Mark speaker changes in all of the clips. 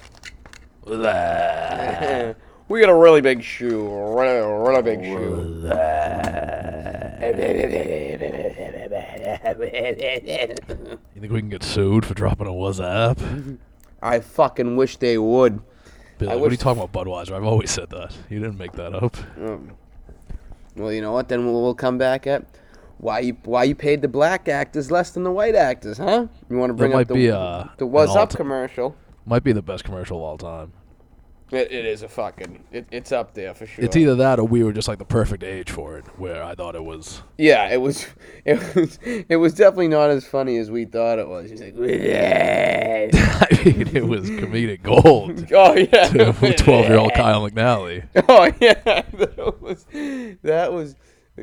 Speaker 1: we got a really big shoe, really, really big shoe.
Speaker 2: You think we can get sued for dropping a WhatsApp?
Speaker 1: I fucking wish they would.
Speaker 2: Be like,
Speaker 1: I
Speaker 2: what are you
Speaker 1: wish-
Speaker 2: talking about, Budweiser? I've always said that. You didn't make that up.
Speaker 1: Well, you know what? Then we'll, we'll come back at why you why you paid the black actors less than the white actors, huh? You want to bring
Speaker 2: might
Speaker 1: up the
Speaker 2: be, uh,
Speaker 1: the was
Speaker 2: an
Speaker 1: up
Speaker 2: alt-
Speaker 1: commercial?
Speaker 2: Might be the best commercial of all time.
Speaker 1: It, it is a fucking it, it's up there for sure.
Speaker 2: It's either that or we were just like the perfect age for it, where I thought it was.
Speaker 1: Yeah, it was it was it was definitely not as funny as we thought it was. He's like,
Speaker 2: I mean, it was comedic gold.
Speaker 1: oh yeah,
Speaker 2: Twelve-year-old Kyle McNally.
Speaker 1: Oh yeah, that was that was.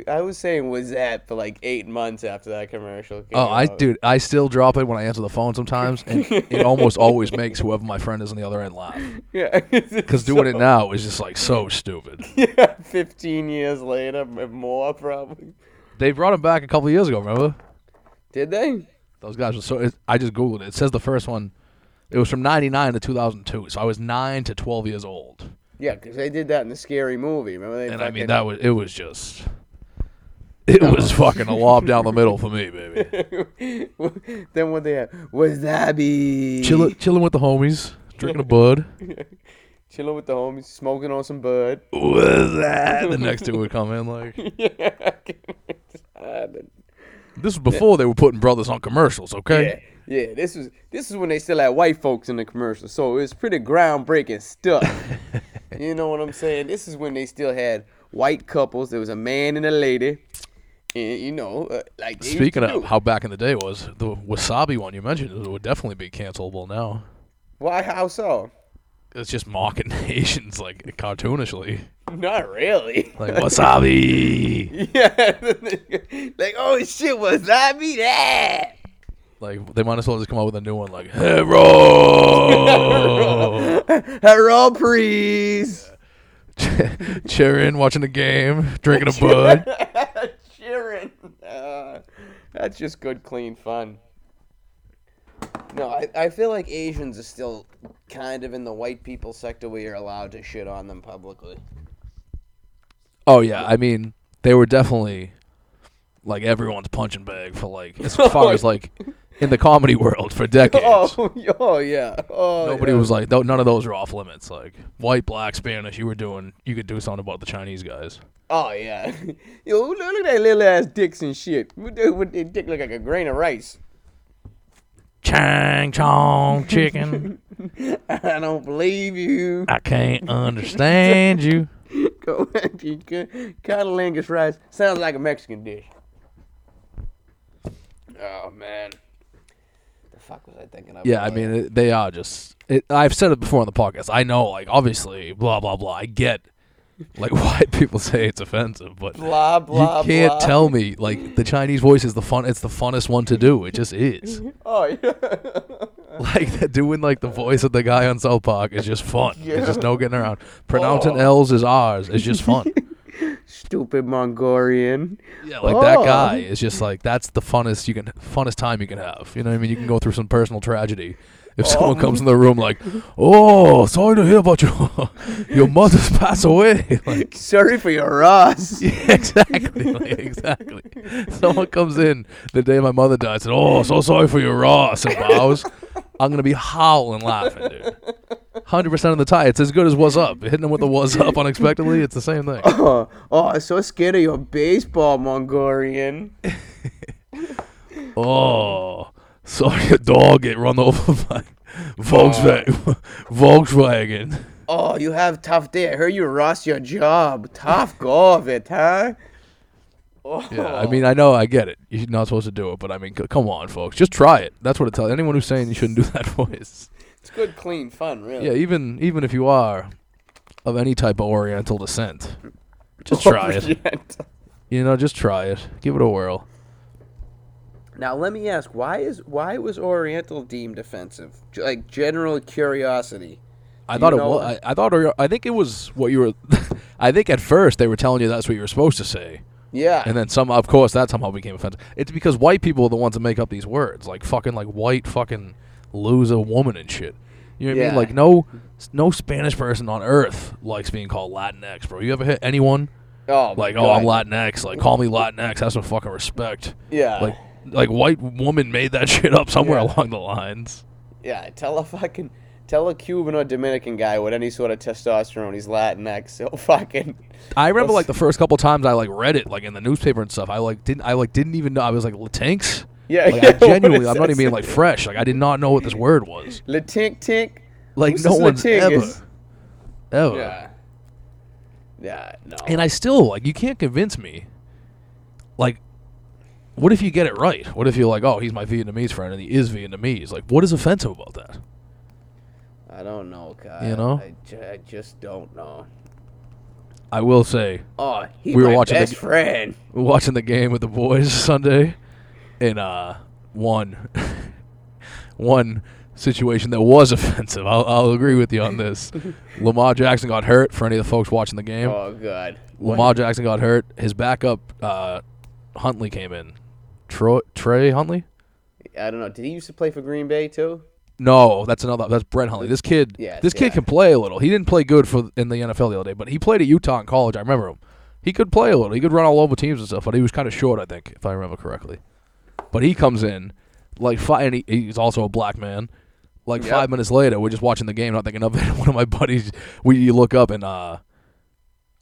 Speaker 1: I was saying was that for like eight months after that commercial. Came
Speaker 2: Oh, I
Speaker 1: out.
Speaker 2: dude, I still drop it when I answer the phone sometimes, and it almost always makes whoever my friend is on the other end laugh.
Speaker 1: Yeah,
Speaker 2: Because doing it now is just like so stupid.
Speaker 1: yeah, fifteen years later, m- more probably.
Speaker 2: They brought him back a couple years ago. Remember?
Speaker 1: Did they?
Speaker 2: Those guys were so. It, I just googled it. It says the first one. It was from '99 to 2002, so I was nine to 12 years old,
Speaker 1: Yeah, 'cause they did that in the scary movie. Remember they?
Speaker 2: and I
Speaker 1: fucking,
Speaker 2: mean that was it was just. It was fucking a lob down the middle for me, baby.
Speaker 1: then what they had was that be
Speaker 2: Chilling, chilling with the homies, drinking a bud.
Speaker 1: chilling with the homies, smoking on some bud.
Speaker 2: Was that the next two would come in like?
Speaker 1: yeah, I can-
Speaker 2: This was before they were putting brothers on commercials,
Speaker 1: Yeah,
Speaker 2: okay?
Speaker 1: yeah. This was this is when they still had white folks in the commercial, so it's pretty groundbreaking stuff. you know what I'm saying? This is when they still had white couples. There was a man and a lady, and you know, uh, like they used
Speaker 2: Speaking
Speaker 1: to
Speaker 2: of
Speaker 1: do.
Speaker 2: how back in the day was, the wasabi one you mentioned would definitely be cancelable now.
Speaker 1: why? How so?
Speaker 2: It's just mocking Asians like cartoonishly.
Speaker 1: Not really.
Speaker 2: Like wasabi.
Speaker 1: yeah, like oh shit, was that me? That
Speaker 2: like they might as well just come up with a new one like Hero
Speaker 1: hello, please.
Speaker 2: Cheering, watching the game, drinking a bud.
Speaker 1: Cheering. Uh, that's just good, clean fun. No, I, I feel like Asians are still kind of in the white people sector where you're allowed to shit on them publicly.
Speaker 2: Oh yeah, I mean they were definitely like everyone's punching bag for like as far as like in the comedy world for decades.
Speaker 1: Oh, oh yeah. Oh,
Speaker 2: Nobody
Speaker 1: yeah.
Speaker 2: was like, no, none of those were off limits. Like white, black, Spanish, you were doing, you could do something about the Chinese guys.
Speaker 1: Oh yeah. Yo, look, look at that little ass dicks and shit. What the- what they dick look like a grain of rice.
Speaker 2: Chang chong chicken.
Speaker 1: I don't believe you.
Speaker 2: I can't understand you.
Speaker 1: Catalangus rice sounds like a Mexican dish. Oh man, the fuck was I thinking of?
Speaker 2: Yeah, I mean, it, they are just. It, I've said it before on the podcast. I know, like, obviously, blah blah blah. I get, like, why people say it's offensive, but
Speaker 1: blah blah.
Speaker 2: you can't
Speaker 1: blah.
Speaker 2: tell me like the Chinese voice is the fun. It's the funnest one to do. It just is.
Speaker 1: Oh yeah.
Speaker 2: Like that doing like the voice of the guy on South Park is just fun.
Speaker 1: Yeah. Oh.
Speaker 2: There's just no getting around. Pronouncing L's is R's is just fun.
Speaker 1: Stupid Mongolian.
Speaker 2: yeah, like that
Speaker 1: Oh.
Speaker 2: guy is just like that's the funnest you can funnest time you can have. You know what I mean? You can go through some personal tragedy. If someone comes in the room like, "Oh, sorry to hear about your your mother's passed away," like
Speaker 1: Sorry for your ass.
Speaker 2: yeah, exactly, like, exactly. Someone comes in the day my mother died, said, "Oh, so sorry for your Ross and bows." I'm gonna be howling laughing, dude. Hundred percent of the time, it's as good as "What's Up." Hitting them with the "What's Up" unexpectedly, it's the same thing.
Speaker 1: Oh, oh, I'm so scared of your baseball, Mongolian.
Speaker 2: Oh, sorry, a dog get run over by Volkswagen. Volkswagen.
Speaker 1: Oh, you have tough day. I heard you lost your job. Tough go of it, huh? Oh.
Speaker 2: Yeah, I mean, I know, I get it. You're not supposed to do it, but I mean, c- come on, folks, just try it. That's what it tells anyone who's saying you shouldn't do that voice.
Speaker 1: it's good, clean fun, really.
Speaker 2: Yeah, even even if you are of any type of Oriental descent, just try it.
Speaker 1: Orient.
Speaker 2: You know, just try it. Give it a whirl.
Speaker 1: Now let me ask, why is why was Oriental deemed offensive? J- Like general curiosity.
Speaker 2: I
Speaker 1: You
Speaker 2: thought it
Speaker 1: know-
Speaker 2: was. I, I thought. Ori- I think it was what you were. I think at first they were telling you that's what you were supposed to say.
Speaker 1: Yeah.
Speaker 2: And then some, of course, that somehow became offensive. It's because white people are the ones that make up these words, like fucking, like white fucking loser woman and shit. You know what I
Speaker 1: Yeah.
Speaker 2: mean? Like no, s- no Spanish person on earth likes being called Latinx, bro. You ever hit anyone
Speaker 1: Oh, my
Speaker 2: like, oh, I'm
Speaker 1: God.
Speaker 2: Latinx? Like, call me Latinx. Have some fucking respect.
Speaker 1: Yeah.
Speaker 2: Like, like white woman made that shit up somewhere
Speaker 1: Yeah.
Speaker 2: along the lines.
Speaker 1: Yeah, tell a fucking tell a Cuban or Dominican guy with any sort of testosterone he's Latinx. So fucking
Speaker 2: I remember
Speaker 1: Let's-
Speaker 2: like the first couple times I like read it like in the newspaper and stuff. I like didn't I like didn't even know I was like Latinx.
Speaker 1: Yeah,
Speaker 2: like,
Speaker 1: yeah,
Speaker 2: I
Speaker 1: what
Speaker 2: genuinely,
Speaker 1: is
Speaker 2: I'm not
Speaker 1: that?
Speaker 2: even being like fresh. Like I did not know what this word was.
Speaker 1: Latink tink.
Speaker 2: Like
Speaker 1: Who's
Speaker 2: no
Speaker 1: this
Speaker 2: one's
Speaker 1: Latinx?
Speaker 2: ever, ever.
Speaker 1: Yeah. Yeah. No.
Speaker 2: And I still like you can't convince me. Like, what if you get it right? What if you're like, oh, he's my Vietnamese friend and he is Vietnamese? Like, what is offensive about that?
Speaker 1: I don't know, Kyle.
Speaker 2: You know?
Speaker 1: I, ju- I just don't know.
Speaker 2: I will say,
Speaker 1: Oh, he's
Speaker 2: We were
Speaker 1: my
Speaker 2: watching the
Speaker 1: best
Speaker 2: g-
Speaker 1: friend.
Speaker 2: we're watching the game with the boys Sunday, and uh, one, one situation that was offensive. I'll, I'll agree with you on this. Lamar Jackson got hurt. For any of the folks watching the game,
Speaker 1: Oh god.
Speaker 2: Lamar Jackson got hurt. His backup, uh, Huntley, came in. Troy, Trey Huntley.
Speaker 1: I don't know. Did he used to play for Green Bay too?
Speaker 2: No, that's another. That's Brent Huntley. This kid,
Speaker 1: Yes,
Speaker 2: this kid
Speaker 1: yeah.
Speaker 2: can play a little. He didn't play good for in the NFL the other day, but he played at Utah in college. I remember him. He could play a little. He could run all over teams and stuff, but he was kind of short, I think, if I remember correctly. But he comes in like five, and he, he's also a black man. Like
Speaker 1: Yep.
Speaker 2: five minutes later, we're just watching the game, not thinking of it. One of my buddies, we you look up and uh,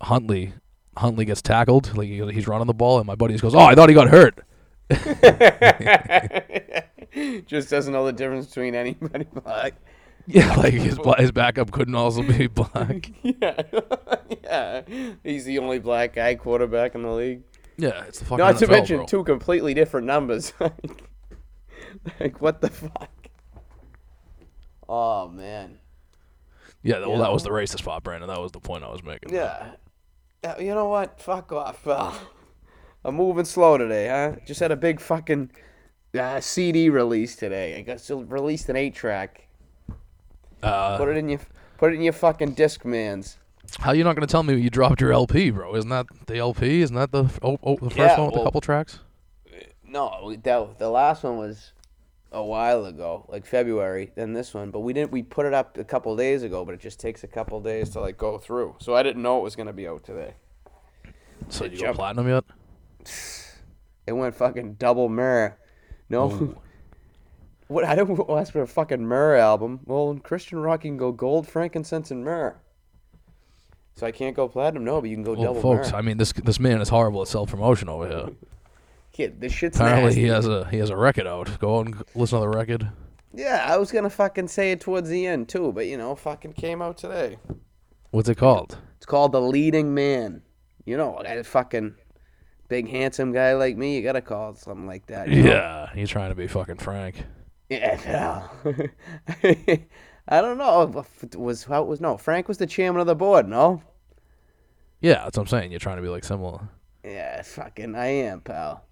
Speaker 2: Huntley, Huntley gets tackled. Like he, he's running the ball, and my buddy just goes, "Oh, I thought he got hurt."
Speaker 1: just doesn't know the difference between anybody black.
Speaker 2: Yeah, like his bla- his backup couldn't also be black.
Speaker 1: Yeah. yeah. He's the only black guy quarterback in the league.
Speaker 2: Yeah, it's the fucking
Speaker 1: Not to
Speaker 2: NFL,
Speaker 1: mention
Speaker 2: bro.
Speaker 1: two completely different numbers. like what the fuck? Oh man.
Speaker 2: Yeah, well, that was the racist part, Brandon. That was the point I was making.
Speaker 1: Yeah. Uh, You know what? Fuck off, pal. I'm moving slow today, huh? Just had a big fucking uh, CD release today. I got still released an eight track.
Speaker 2: Uh,
Speaker 1: Put it in your put it in your fucking disc man's.
Speaker 2: how you not gonna tell me you dropped your LP, bro? Isn't that the LP? Isn't that the f- oh, oh, the first
Speaker 1: Yeah,
Speaker 2: one with a
Speaker 1: well-
Speaker 2: couple tracks?
Speaker 1: No, that the last one was a while ago, like February. Then this one, but we didn't. We put it up a couple days ago, but it just takes a couple days to like go through. So I didn't know it was gonna be out today.
Speaker 2: So you go
Speaker 1: jump.
Speaker 2: platinum yet?
Speaker 1: It went fucking double mirror. No. What I don't ask for a fucking Myrrh album. Well, in Christian rock you can go gold, frankincense, and myrrh. So I can't go platinum. No, but you can go
Speaker 2: Well,
Speaker 1: double
Speaker 2: folks,
Speaker 1: myrrh.
Speaker 2: I mean this this man is horrible at self promotion over here.
Speaker 1: Kid, this shit's
Speaker 2: Apparently uh,
Speaker 1: nasty.
Speaker 2: he has a he has a record out. Go out and listen to the record.
Speaker 1: Yeah, I was gonna fucking say it towards the end too, but you know, fucking came out today.
Speaker 2: What's it called?
Speaker 1: It's called the leading man. You know, a fucking big handsome guy like me, you gotta call it something like that. you know?
Speaker 2: Yeah, he's trying to be fucking frank.
Speaker 1: Yeah. no. I don't know. Was how it was no Frank was the chairman of the board. No.
Speaker 2: Yeah, that's what I'm saying. You're trying to be like similar.
Speaker 1: Yeah, fucking, I am, pal.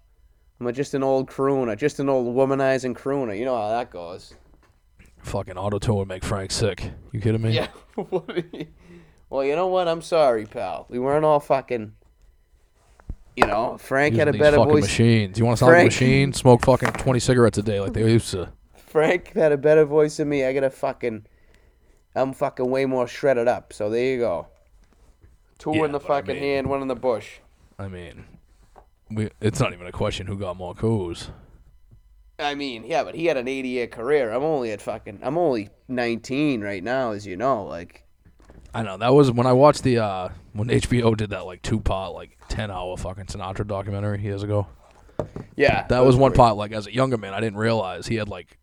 Speaker 1: I'm just an old crooner, just an old womanizing crooner. You know how that goes.
Speaker 2: Fucking auto tune would make Frank sick. You kidding me?
Speaker 1: Yeah. what are you- well, you know what? I'm sorry, pal. We weren't all fucking. You know, Frank
Speaker 2: Using
Speaker 1: had a
Speaker 2: these
Speaker 1: better
Speaker 2: fucking
Speaker 1: voice.
Speaker 2: machines. You want to sound like a
Speaker 1: Frank-
Speaker 2: machine? Smoke fucking 20 cigarettes a day like they used to.
Speaker 1: Frank had a better voice than me. I got a fucking. I'm fucking way more shredded up. So there you go. Two
Speaker 2: Yeah,
Speaker 1: in the
Speaker 2: but I
Speaker 1: fucking
Speaker 2: mean-
Speaker 1: hand, one in the bush.
Speaker 2: I mean, we, it's not even a question who got more coups.
Speaker 1: I mean, yeah, but he had an 80 year career. I'm only at fucking. I'm only 19 right now, as you know. Like.
Speaker 2: I know that was when I watched the uh when HBO did that like two part like ten hour fucking Sinatra documentary years ago.
Speaker 1: Yeah.
Speaker 2: That was one part like as a younger man I didn't realize he had like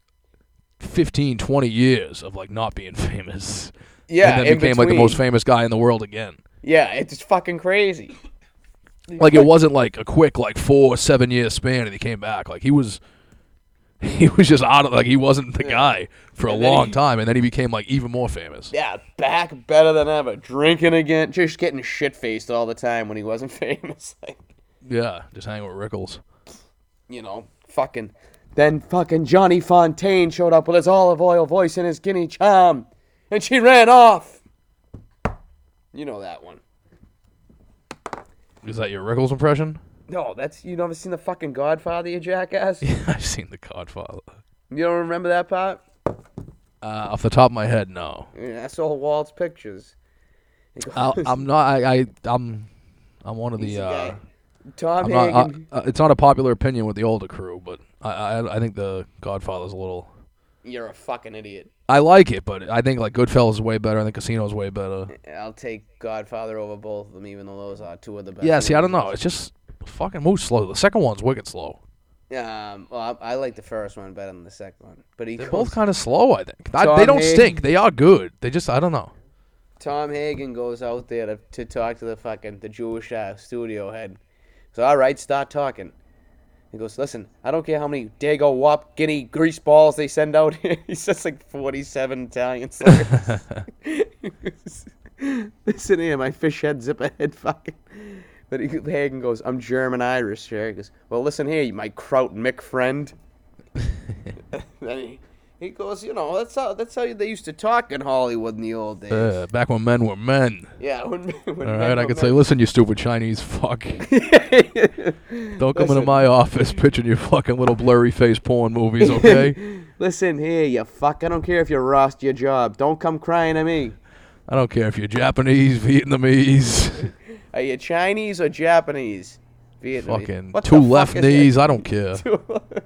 Speaker 2: 15, 20 years of like not being famous.
Speaker 1: Yeah,
Speaker 2: and then
Speaker 1: in
Speaker 2: became like the most
Speaker 1: between.
Speaker 2: famous guy in the world again.
Speaker 1: Yeah, it's just fucking crazy.
Speaker 2: Like it wasn't like a quick like four seven year span and he came back. Like he was. He was just out of like he wasn't the guy for a
Speaker 1: And then
Speaker 2: long
Speaker 1: he-
Speaker 2: time, and then he became like even more famous.
Speaker 1: Yeah, back better than ever, drinking again, just getting shit faced all the time when he wasn't famous. Like,
Speaker 2: Yeah, just hanging with Rickles.
Speaker 1: you know, fucking. Then fucking Johnny Fontaine showed up with his olive oil voice and his guinea charm, and she ran off. You know that one.
Speaker 2: Is that your Rickles impression?
Speaker 1: No, that's you never seen the fucking Godfather, you jackass. You
Speaker 2: I've seen The Godfather.
Speaker 1: don't remember that part?
Speaker 2: Uh, off the top of my head, no.
Speaker 1: And I saw Walt's pictures. He goes,
Speaker 2: I, I'm not. I, I I'm I'm one of the.
Speaker 1: he's a
Speaker 2: Uh,
Speaker 1: guy. Tom
Speaker 2: I'm not,
Speaker 1: Hagen.
Speaker 2: I, uh, it's not a popular opinion with the older crew, but I, I I think the Godfather's a little.
Speaker 1: You're a fucking idiot.
Speaker 2: I like it, but I think like Goodfellas is way better. I think Casino's way better.
Speaker 1: I'll take Godfather over both of them, even though those are two of the best.
Speaker 2: Yeah, see, I don't know.
Speaker 1: movies.
Speaker 2: It's just fucking moves slow. The second one's wicked slow.
Speaker 1: Um, well, I, I like the first one better than the second one, but he
Speaker 2: They're
Speaker 1: goes-
Speaker 2: both kind of slow. I think I,
Speaker 1: Tom
Speaker 2: they don't
Speaker 1: Hanks.
Speaker 2: stink. They are good. They just I don't know.
Speaker 1: Tom Hagen goes out there to, to talk to the fucking the Jewish uh, studio head. So all right, start talking. He goes, listen, I don't care how many Dago Wop Guinea grease balls they send out here. He says like forty-seven Italian slurs. listen here, my fish head, zipper head, fucking. But he, Hagen goes, I'm German Irish here. He goes, well, listen here, you my Kraut Mick friend. then he, he goes, you know, that's how that's how they used to talk in Hollywood in the old days.
Speaker 2: Uh, back when men were men.
Speaker 1: Yeah, when, when
Speaker 2: All
Speaker 1: men
Speaker 2: right, I
Speaker 1: were
Speaker 2: could say, listen, you stupid Chinese fuck.
Speaker 1: men-
Speaker 2: Don't come into
Speaker 1: Listen.
Speaker 2: my office pitching your fucking little blurry face porn movies, okay?
Speaker 1: Listen here, you fuck. I don't care if you lost your job. Don't come crying to me.
Speaker 2: I don't care if you're Japanese, Vietnamese,
Speaker 1: Are you Chinese or Japanese? Vietnamese.
Speaker 2: fucking
Speaker 1: What the
Speaker 2: two left
Speaker 1: fuck is that?
Speaker 2: knees. I don't care.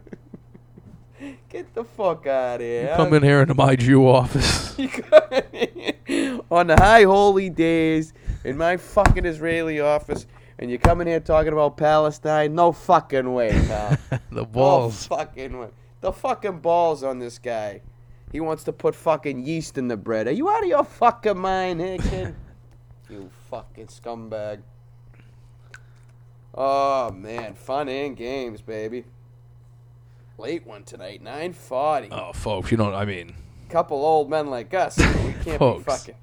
Speaker 1: Get the fuck out of here.
Speaker 2: Come in here into my Jew office.
Speaker 1: On the high holy days in my fucking Israeli office, and you come in here talking about Palestine? No fucking way, pal.
Speaker 2: the balls.
Speaker 1: Oh, fucking wa- the fucking balls on this guy. He wants to put fucking yeast in the bread. Are you out of your fucking mind, here, kid? you fucking scumbag. Oh man, fun and games, baby. Late one tonight, nine forty.
Speaker 2: Oh, folks, you know what I mean.
Speaker 1: Couple old men like us, we can't
Speaker 2: Folks.
Speaker 1: be fucking.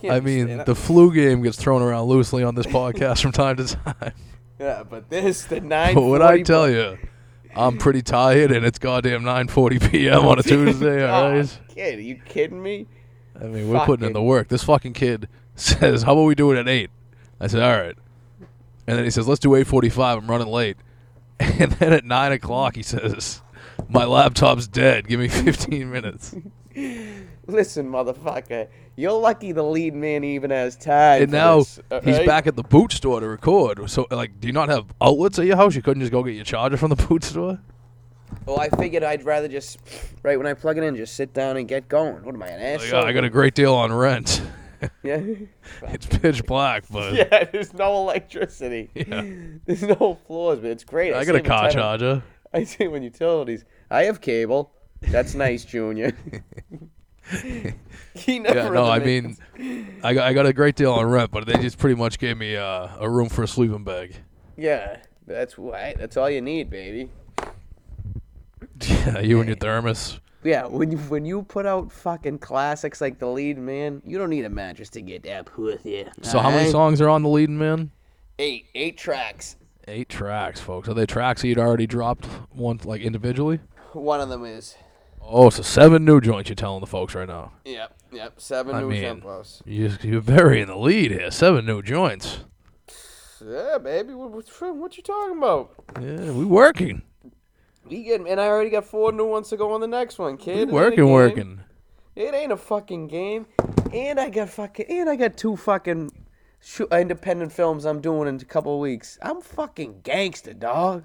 Speaker 1: can't
Speaker 2: I
Speaker 1: be
Speaker 2: mean,
Speaker 1: staying up.
Speaker 2: the flu game gets thrown around loosely on this podcast from time to time.
Speaker 1: yeah, but this the nine.
Speaker 2: But what I tell you, I'm pretty tired, and it's goddamn 9:40 p.m. on a Tuesday. All right.
Speaker 1: Oh, kid, are you kidding me?
Speaker 2: I mean, we're putting in
Speaker 1: Fucking-
Speaker 2: the work. This fucking kid says, "How about we do it at 8? I said, "All right." And then he says, "Let's do 8:45. I'm running late." And then at nine o'clock, he says, "My laptop's dead. Give me 15 minutes."
Speaker 1: Listen, motherfucker, you're lucky the lead man even has time.
Speaker 2: And
Speaker 1: for
Speaker 2: now
Speaker 1: this, uh,
Speaker 2: he's
Speaker 1: alright?
Speaker 2: back at the boot store to record. So, like, do you not have outlets at your house? You couldn't just go get your charger from the boot store?
Speaker 1: Well, I figured I'd rather just, right when I plug it in, just sit down and get going. What am I, an
Speaker 2: Like,
Speaker 1: asshole?
Speaker 2: oh, I got a great deal on rent.
Speaker 1: Yeah,
Speaker 2: it's pitch black, but
Speaker 1: yeah. There's no electricity. There's no floors, but it's great.
Speaker 2: I got a
Speaker 1: save
Speaker 2: car
Speaker 1: time on-
Speaker 2: charger.
Speaker 1: I save on utilities. I have cable. That's nice, Junior. he never.
Speaker 2: Yeah, no, I
Speaker 1: understands.
Speaker 2: mean, I got, I got a great deal on rent, but they just pretty much gave me uh, a room for a sleeping bag.
Speaker 1: Yeah, that's why. That's all you need, baby.
Speaker 2: Yeah, you and your thermos.
Speaker 1: Yeah, when you, when you put out fucking classics like The Lead Man, you don't need a mattress to get that pussy.
Speaker 2: So how many
Speaker 1: alright?
Speaker 2: songs are on the leading man?
Speaker 1: Eight, eight tracks.
Speaker 2: Eight tracks, folks. Are they tracks that you'd already dropped once, like individually?
Speaker 1: One of them is.
Speaker 2: Oh, so seven new joints you're telling the folks right now.
Speaker 1: Yep, yep. Seven
Speaker 2: I
Speaker 1: new
Speaker 2: mean-
Speaker 1: tempos.
Speaker 2: You, you're burying the lead here. Seven new joints.
Speaker 1: Yeah, baby. What, what, what you talking about?
Speaker 2: Yeah, we working.
Speaker 1: We getting, and I already got four new ones to go on the next one, kid. It
Speaker 2: We
Speaker 1: ain't
Speaker 2: working,
Speaker 1: a game.
Speaker 2: working.
Speaker 1: It ain't a fucking game. And I got fucking, and I got two fucking shoo- independent films I'm doing in a couple of weeks. I'm fucking gangster, dog.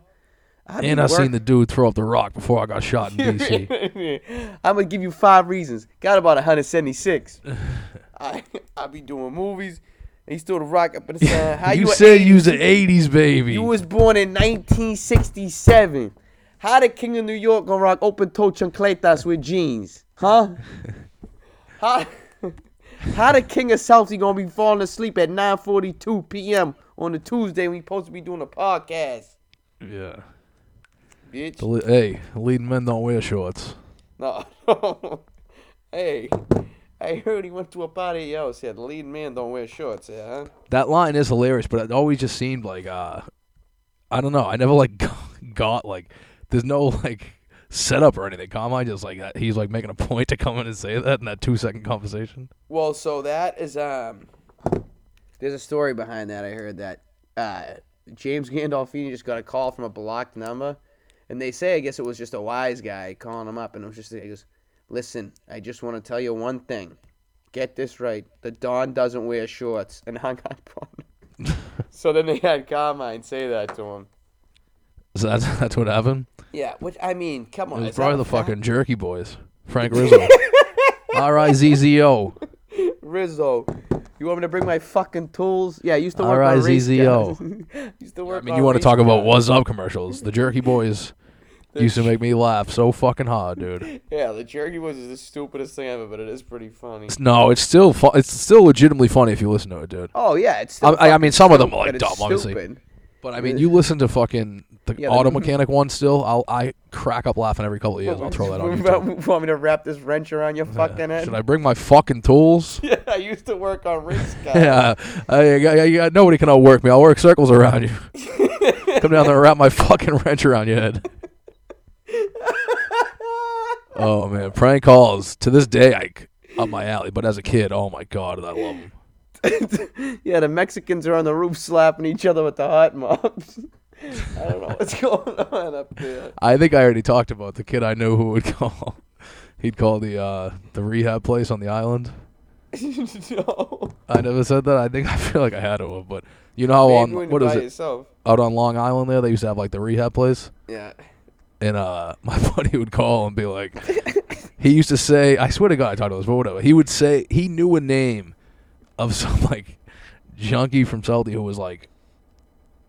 Speaker 1: I
Speaker 2: And
Speaker 1: be
Speaker 2: I seen
Speaker 1: work-
Speaker 2: the dude throw up the rock before I got shot in D.C.
Speaker 1: I'm gonna give you five reasons. Got about 176. I I be doing movies. And he's still the rock up in the sun. Uh, How
Speaker 2: you
Speaker 1: a
Speaker 2: said
Speaker 1: 80s?
Speaker 2: you was an 80s baby.
Speaker 1: You was born in 1967. How the King of New York gonna rock open toe chancletas with jeans? Huh? How, how the King of Southie gonna be falling asleep at 9:42 p.m. on a Tuesday when we supposed to be doing a podcast?
Speaker 2: yeah.
Speaker 1: Bitch.
Speaker 2: The le- hey, leading men don't wear shorts.
Speaker 1: No. no. hey, I heard he went to a party at your house. Yeah, the leading man don't wear shorts. Yeah, huh?
Speaker 2: That line is hilarious, but it always just seemed like uh, I don't know. I never like got like there's no like setup or anything. Carmine just like that- he's like making a point to come in and say that in that two second conversation.
Speaker 1: Well, so that is um. There's a story behind that. I heard that uh, James Gandolfini just got a call from a blocked number, and they say I guess it was just a wise guy calling him up, and it was just he goes, Listen, I just want to tell you one thing. Get this right. The Don doesn't wear shorts and hung up on him. so then they had Carmine say that to him.
Speaker 2: So that's that's what happened.
Speaker 1: Yeah, which I mean, come
Speaker 2: It
Speaker 1: on.
Speaker 2: was
Speaker 1: is that
Speaker 2: probably
Speaker 1: a
Speaker 2: the
Speaker 1: fact?
Speaker 2: fucking Jerky Boys. Frank Rizzo. R I Z Z O.
Speaker 1: Rizzo. You want me to bring my fucking tools? Yeah, I used to work on race
Speaker 2: R.I.Z.Z.O..
Speaker 1: cars. used to work
Speaker 2: I mean,
Speaker 1: on
Speaker 2: you want to
Speaker 1: race
Speaker 2: talk about
Speaker 1: cars.
Speaker 2: what's up commercials? The Jerky Boys used to make me laugh so fucking hard, dude.
Speaker 1: Yeah, the jerky was is the stupidest thing ever, but it is pretty funny.
Speaker 2: No, it's still fu- it's still legitimately funny if you listen to it, dude.
Speaker 1: Oh yeah, it's.
Speaker 2: I-
Speaker 1: Still
Speaker 2: I- I mean,
Speaker 1: fucking
Speaker 2: some of them
Speaker 1: stupid,
Speaker 2: are, like,
Speaker 1: but
Speaker 2: dumb,
Speaker 1: it's
Speaker 2: obviously.
Speaker 1: stupid.
Speaker 2: But I mean, you listen to fucking the
Speaker 1: Yeah, the-
Speaker 2: auto mechanic one still. I'll I crack up laughing every couple of years. I'll throw that on.
Speaker 1: You
Speaker 2: YouTube.
Speaker 1: want me to wrap this wrench around your fucking head?
Speaker 2: Should I bring my fucking tools?
Speaker 1: Yeah, I used to work on race cars.
Speaker 2: Yeah, I, I- I- I- nobody can outwork me. I'll work circles around you. Come down there and wrap my fucking wrench around your head. Oh man, prank calls to this day, I c- up my alley. But as a kid, oh my god, I love them.
Speaker 1: yeah, the Mexicans are on the roof slapping each other with the hot mops. I don't know what's going on up there.
Speaker 2: I think I already talked about the kid I knew who would call. He'd call the uh, the rehab place on the island.
Speaker 1: no.
Speaker 2: I never said that. I think I feel like I had it, but you know how
Speaker 1: Maybe when
Speaker 2: on what
Speaker 1: you're
Speaker 2: is
Speaker 1: by
Speaker 2: it
Speaker 1: yourself.
Speaker 2: out on Long Island there they used to have like the rehab place.
Speaker 1: Yeah.
Speaker 2: and uh, my buddy would call and be like, he used to say, I swear to God, I talked about this, but whatever. He would say he knew a name of some like junkie from Saudi who was like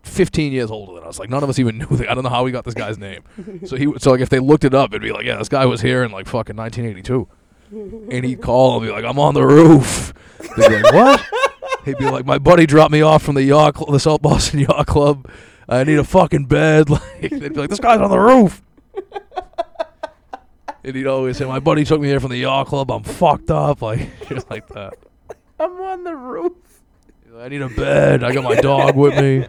Speaker 2: 15 years older than us. Like none of us even knew. The, I don't know how we got this guy's name. So he, would- so like if they looked it up, it'd be like, yeah, this guy was here in like fucking 1982. And he'd call and be like, I'm on the roof. They'd be like, what? He'd be like, my buddy dropped me off from the yacht, cl- the South Boston Yacht Club. I need a fucking bed. Like they'd be like, this guy's on the roof. And he'd always say, my buddy took me there from the yacht club. I'm fucked up, like shit like that.
Speaker 1: I'm on the roof.
Speaker 2: He's like, I need a bed. I got my dog with me.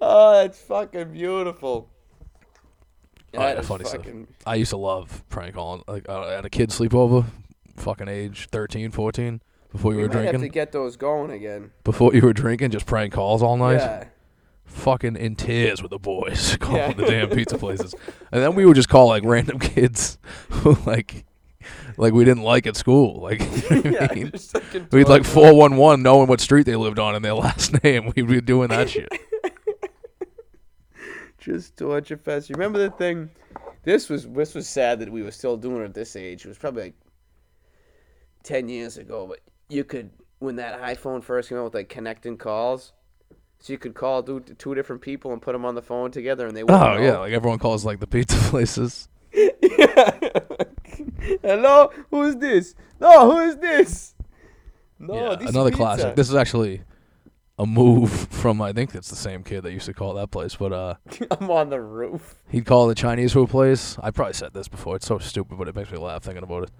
Speaker 1: Oh, that's fucking beautiful.
Speaker 2: Oh, yeah,
Speaker 1: That is
Speaker 2: funny stuff.
Speaker 1: fucking-
Speaker 2: I used to love prank calling. Like uh, at a kid sleepover, fucking age 13, 14, before you
Speaker 1: We
Speaker 2: were
Speaker 1: might have to
Speaker 2: drinking.
Speaker 1: get those going again.
Speaker 2: Before you were drinking, just prank calls all night.
Speaker 1: Yeah.
Speaker 2: Fucking in tears with the boys calling
Speaker 1: Yeah.
Speaker 2: the damn pizza places, and then we would just call like random kids who like, like we didn't like at school. Like you know what I mean?
Speaker 1: just fucking
Speaker 2: We'd like
Speaker 1: torture.
Speaker 2: 411 knowing what street they lived on and their last name. We'd be doing that shit.
Speaker 1: Just torture fest. You remember the thing? This was this was sad that we were still doing it at this age. It was probably like ten years ago, but you could when that iPhone first came out with like connecting calls, so you could call two, two different people and put them on the phone together, and they would.
Speaker 2: Oh, yeah. Like everyone calls like the pizza places.
Speaker 1: Hello, who is this? No, who is this? No,
Speaker 2: Yeah,
Speaker 1: this is
Speaker 2: another
Speaker 1: Oh, pizza.
Speaker 2: classic. This is actually a move from, I think it's the same kid that used to call that place, but uh,
Speaker 1: I'm on the roof.
Speaker 2: he'd call the Chinese food place. I probably said this before. It's so stupid, but it makes me laugh thinking about it.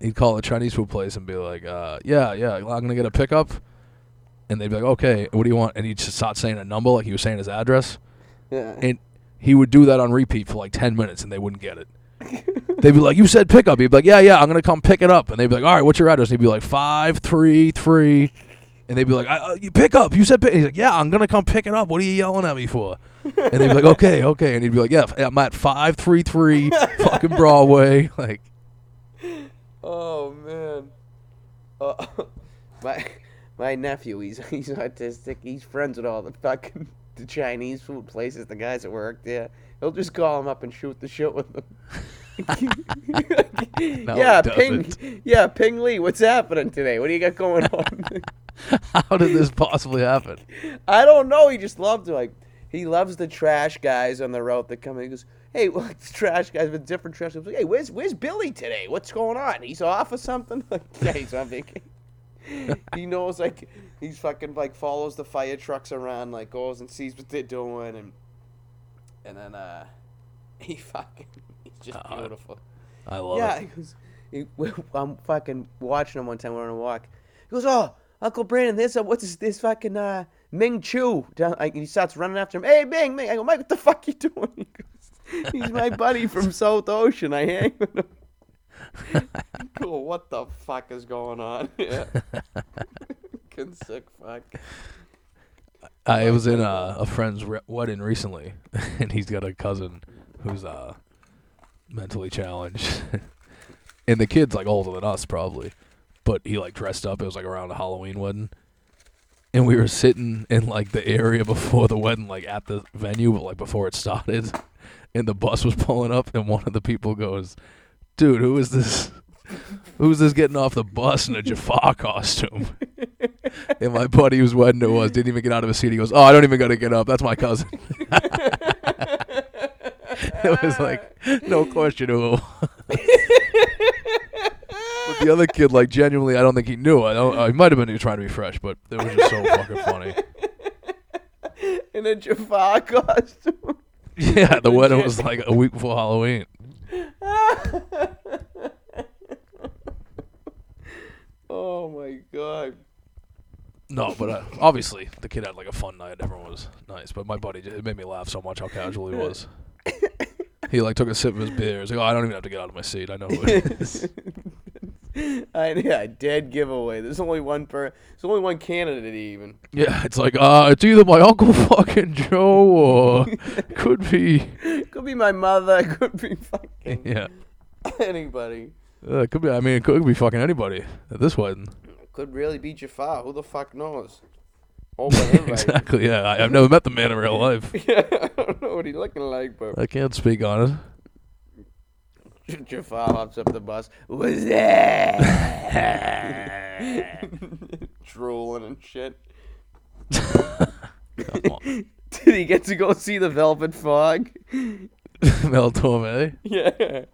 Speaker 2: He'd call the Chinese food place and be like, uh, yeah, yeah, I'm going to get a pickup. And they'd be like, okay, what do you want? And he'd just start saying a number like he was saying his address.
Speaker 1: Yeah.
Speaker 2: and he would do that on repeat for like 10 minutes and they wouldn't get it. they'd be like, You said pick up. He'd be like, Yeah, yeah, I'm going to come pick it up. And they'd be like, All right, what's your address? And he'd be like, 533. And they'd be like, I, uh, you Pick up. You said pick. He's like, Yeah, I'm going to come pick it up. What are you yelling at me for? and they'd be like, Okay, okay. And he'd be like, Yeah, f- I'm at 533 fucking Broadway. Like,
Speaker 1: Oh man. Uh, my my nephew, he's he's autistic. He's friends with all the fucking the Chinese food places, the guys that work there. He'll just call them up and shoot the shit with them.
Speaker 2: No,
Speaker 1: yeah,
Speaker 2: he
Speaker 1: Ping. Yeah, Ping Lee. What's happening today? What do you got going on?
Speaker 2: how did this possibly happen?
Speaker 1: I don't know. He just loved it. Like he loves the trash guys on the road that come in. He goes, "Hey, well, it's trash guys with different trash." guys." Hey, where's where's Billy today? What's going on? He's off or something? Like, yeah, he's on vacation. he knows like he's fucking like follows the fire trucks around, like goes and sees what they're doing, and and then uh he fucking he's just
Speaker 2: Uh,
Speaker 1: beautiful.
Speaker 2: I love
Speaker 1: Yeah,
Speaker 2: it.
Speaker 1: he goes, he- I'm fucking watching him one time. We're on a walk. He goes, "Oh, Uncle Brandon, there's a what's his, this fucking uh, Ming Chu." Down, I, he starts running after him. Hey, Ming, Ming. I go, Mike, what the fuck you doing? He goes, He's my buddy from South Ocean. I hang with him. I go, what the fuck is going on? Yeah. Fucking sick fuck.
Speaker 2: I was in a, a friend's re- wedding recently, and he's got a cousin who's uh mentally challenged, and the kid's like older than us probably, but he like dressed up. It was like around a Halloween wedding, and we were sitting in like the area before the wedding, like at the venue, but like before it started, and the bus was pulling up, and one of the people goes, "Dude, who is this?" Who's this getting off the bus in a Jafar costume? and my buddy whose wedding it was didn't even get out of his seat. He goes, "Oh, I don't even got to get up. That's my cousin." it was like no question who. it was. but the other kid, like genuinely, I don't think he knew. I don't. Uh, he might have been trying to be fresh, but it was just so fucking funny.
Speaker 1: in a Jafar costume.
Speaker 2: Yeah, the wedding was like a week before Halloween.
Speaker 1: oh my god.
Speaker 2: No, but uh, obviously the kid had like a fun night. Everyone was nice, but my buddy it made me laugh so much how casual he was. He like took a sip of his beer. He's like, "Oh, I don't even have to get out of my seat. I know who it is."
Speaker 1: I yeah, dead giveaway. There's only one per. There's only one candidate even.
Speaker 2: Yeah, it's like uh, it's either my uncle fucking Joe or could be
Speaker 1: Could be my mother. Could be fucking
Speaker 2: yeah,
Speaker 1: anybody.
Speaker 2: uh, it could be. I mean, it could be fucking anybody at this wedding.
Speaker 1: Could really be Jafar. Who the fuck knows? Oh, but everybody.
Speaker 2: exactly. Yeah, I, I've never met the man in real life.
Speaker 1: Yeah, I don't know what he's looking like, but
Speaker 2: I can't speak on it.
Speaker 1: Jafar hops up the bus. What's that? Drooling and shit.
Speaker 2: Come on.
Speaker 1: Did he get to go see the Velvet Fog?
Speaker 2: Mel Torme.
Speaker 1: Yeah.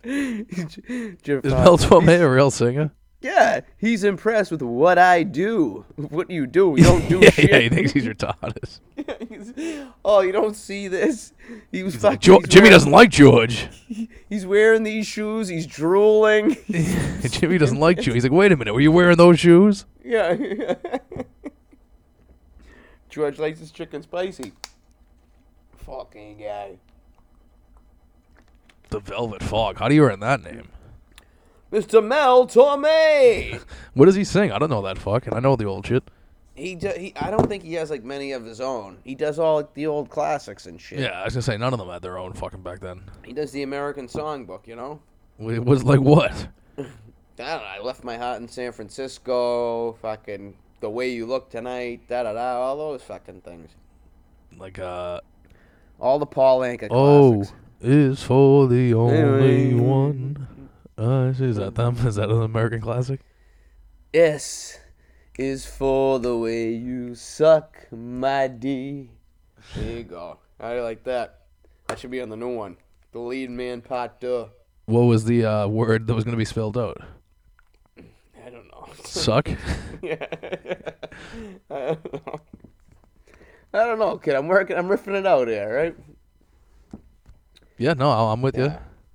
Speaker 1: J- Jafar.
Speaker 2: Is Mel Torme a real singer?
Speaker 1: Yeah, he's impressed with what I do. What you do, you don't do
Speaker 2: yeah,
Speaker 1: shit.
Speaker 2: yeah, he thinks he's retarded.
Speaker 1: He's- oh, you don't see this? He was fucking.
Speaker 2: Jo-
Speaker 1: he's
Speaker 2: Jimmy
Speaker 1: wearing-
Speaker 2: doesn't like George.
Speaker 1: He's wearing these shoes. He's drooling.
Speaker 2: Jimmy doesn't like you. He's like, wait a minute, were you wearing those shoes?
Speaker 1: yeah. George likes his chicken spicy. Fucking guy.
Speaker 2: The Velvet Fog. How do you earn that name?
Speaker 1: Mr. Mel Torme.
Speaker 2: What does he sing? I don't know that fucking. I know the old shit.
Speaker 1: he, do, he. I don't think he has like many of his own. He does all the old classics and shit.
Speaker 2: Yeah, I was gonna say none of them had their own fucking back then.
Speaker 1: He does the American Songbook. You know.
Speaker 2: It was like what?
Speaker 1: I don't know. I left my heart in San Francisco. Fucking the way you look tonight. Da da da. All those fucking things.
Speaker 2: Like uh
Speaker 1: All the Paul Anka
Speaker 2: oh
Speaker 1: classics.
Speaker 2: is for the only
Speaker 1: Anyway.
Speaker 2: one. I see. Is that them? Is that an American classic?
Speaker 1: S is for the way you suck my D. There you go. I like that. That should be on the new one. The lead man part two.
Speaker 2: What was the uh, word that was gonna be spelled out?
Speaker 1: I don't know.
Speaker 2: Suck.
Speaker 1: yeah. I don't know. I don't know, kid. I'm working. I'm riffing it out here, right?
Speaker 2: yeah, no, I- I'm with you.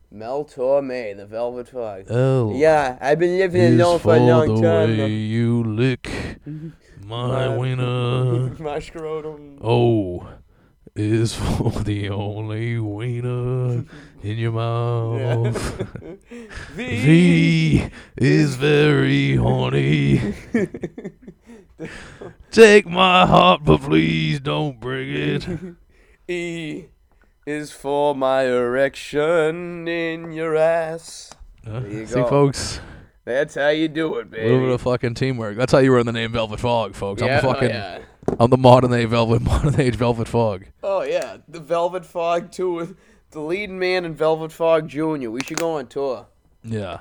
Speaker 1: Mel Torme, The Velvet Fog.
Speaker 2: L
Speaker 1: Yeah, I've been living
Speaker 2: is
Speaker 1: alone
Speaker 2: Oh. for
Speaker 1: for a
Speaker 2: the
Speaker 1: long time.
Speaker 2: way you lick my
Speaker 1: My-
Speaker 2: wiener.
Speaker 1: My scrotum.
Speaker 2: O is for the only wiener in your mouth. Oh. V is very horny. Take my heart, but please don't break it.
Speaker 1: E is for my erection in your ass. you
Speaker 2: Uh, See,
Speaker 1: go.
Speaker 2: folks,
Speaker 1: That's how you do it,
Speaker 2: a
Speaker 1: baby.
Speaker 2: little bit of fucking teamwork. That's how you earn the name Velvet Fog, folks.
Speaker 1: yeah,
Speaker 2: I'm fucking,
Speaker 1: Oh yeah.
Speaker 2: I'm the modern day Velvet, modern age Velvet Fog.
Speaker 1: oh yeah, the Velvet Fog too with the lead man in Velvet Fog Junior. We should go on tour.
Speaker 2: Yeah.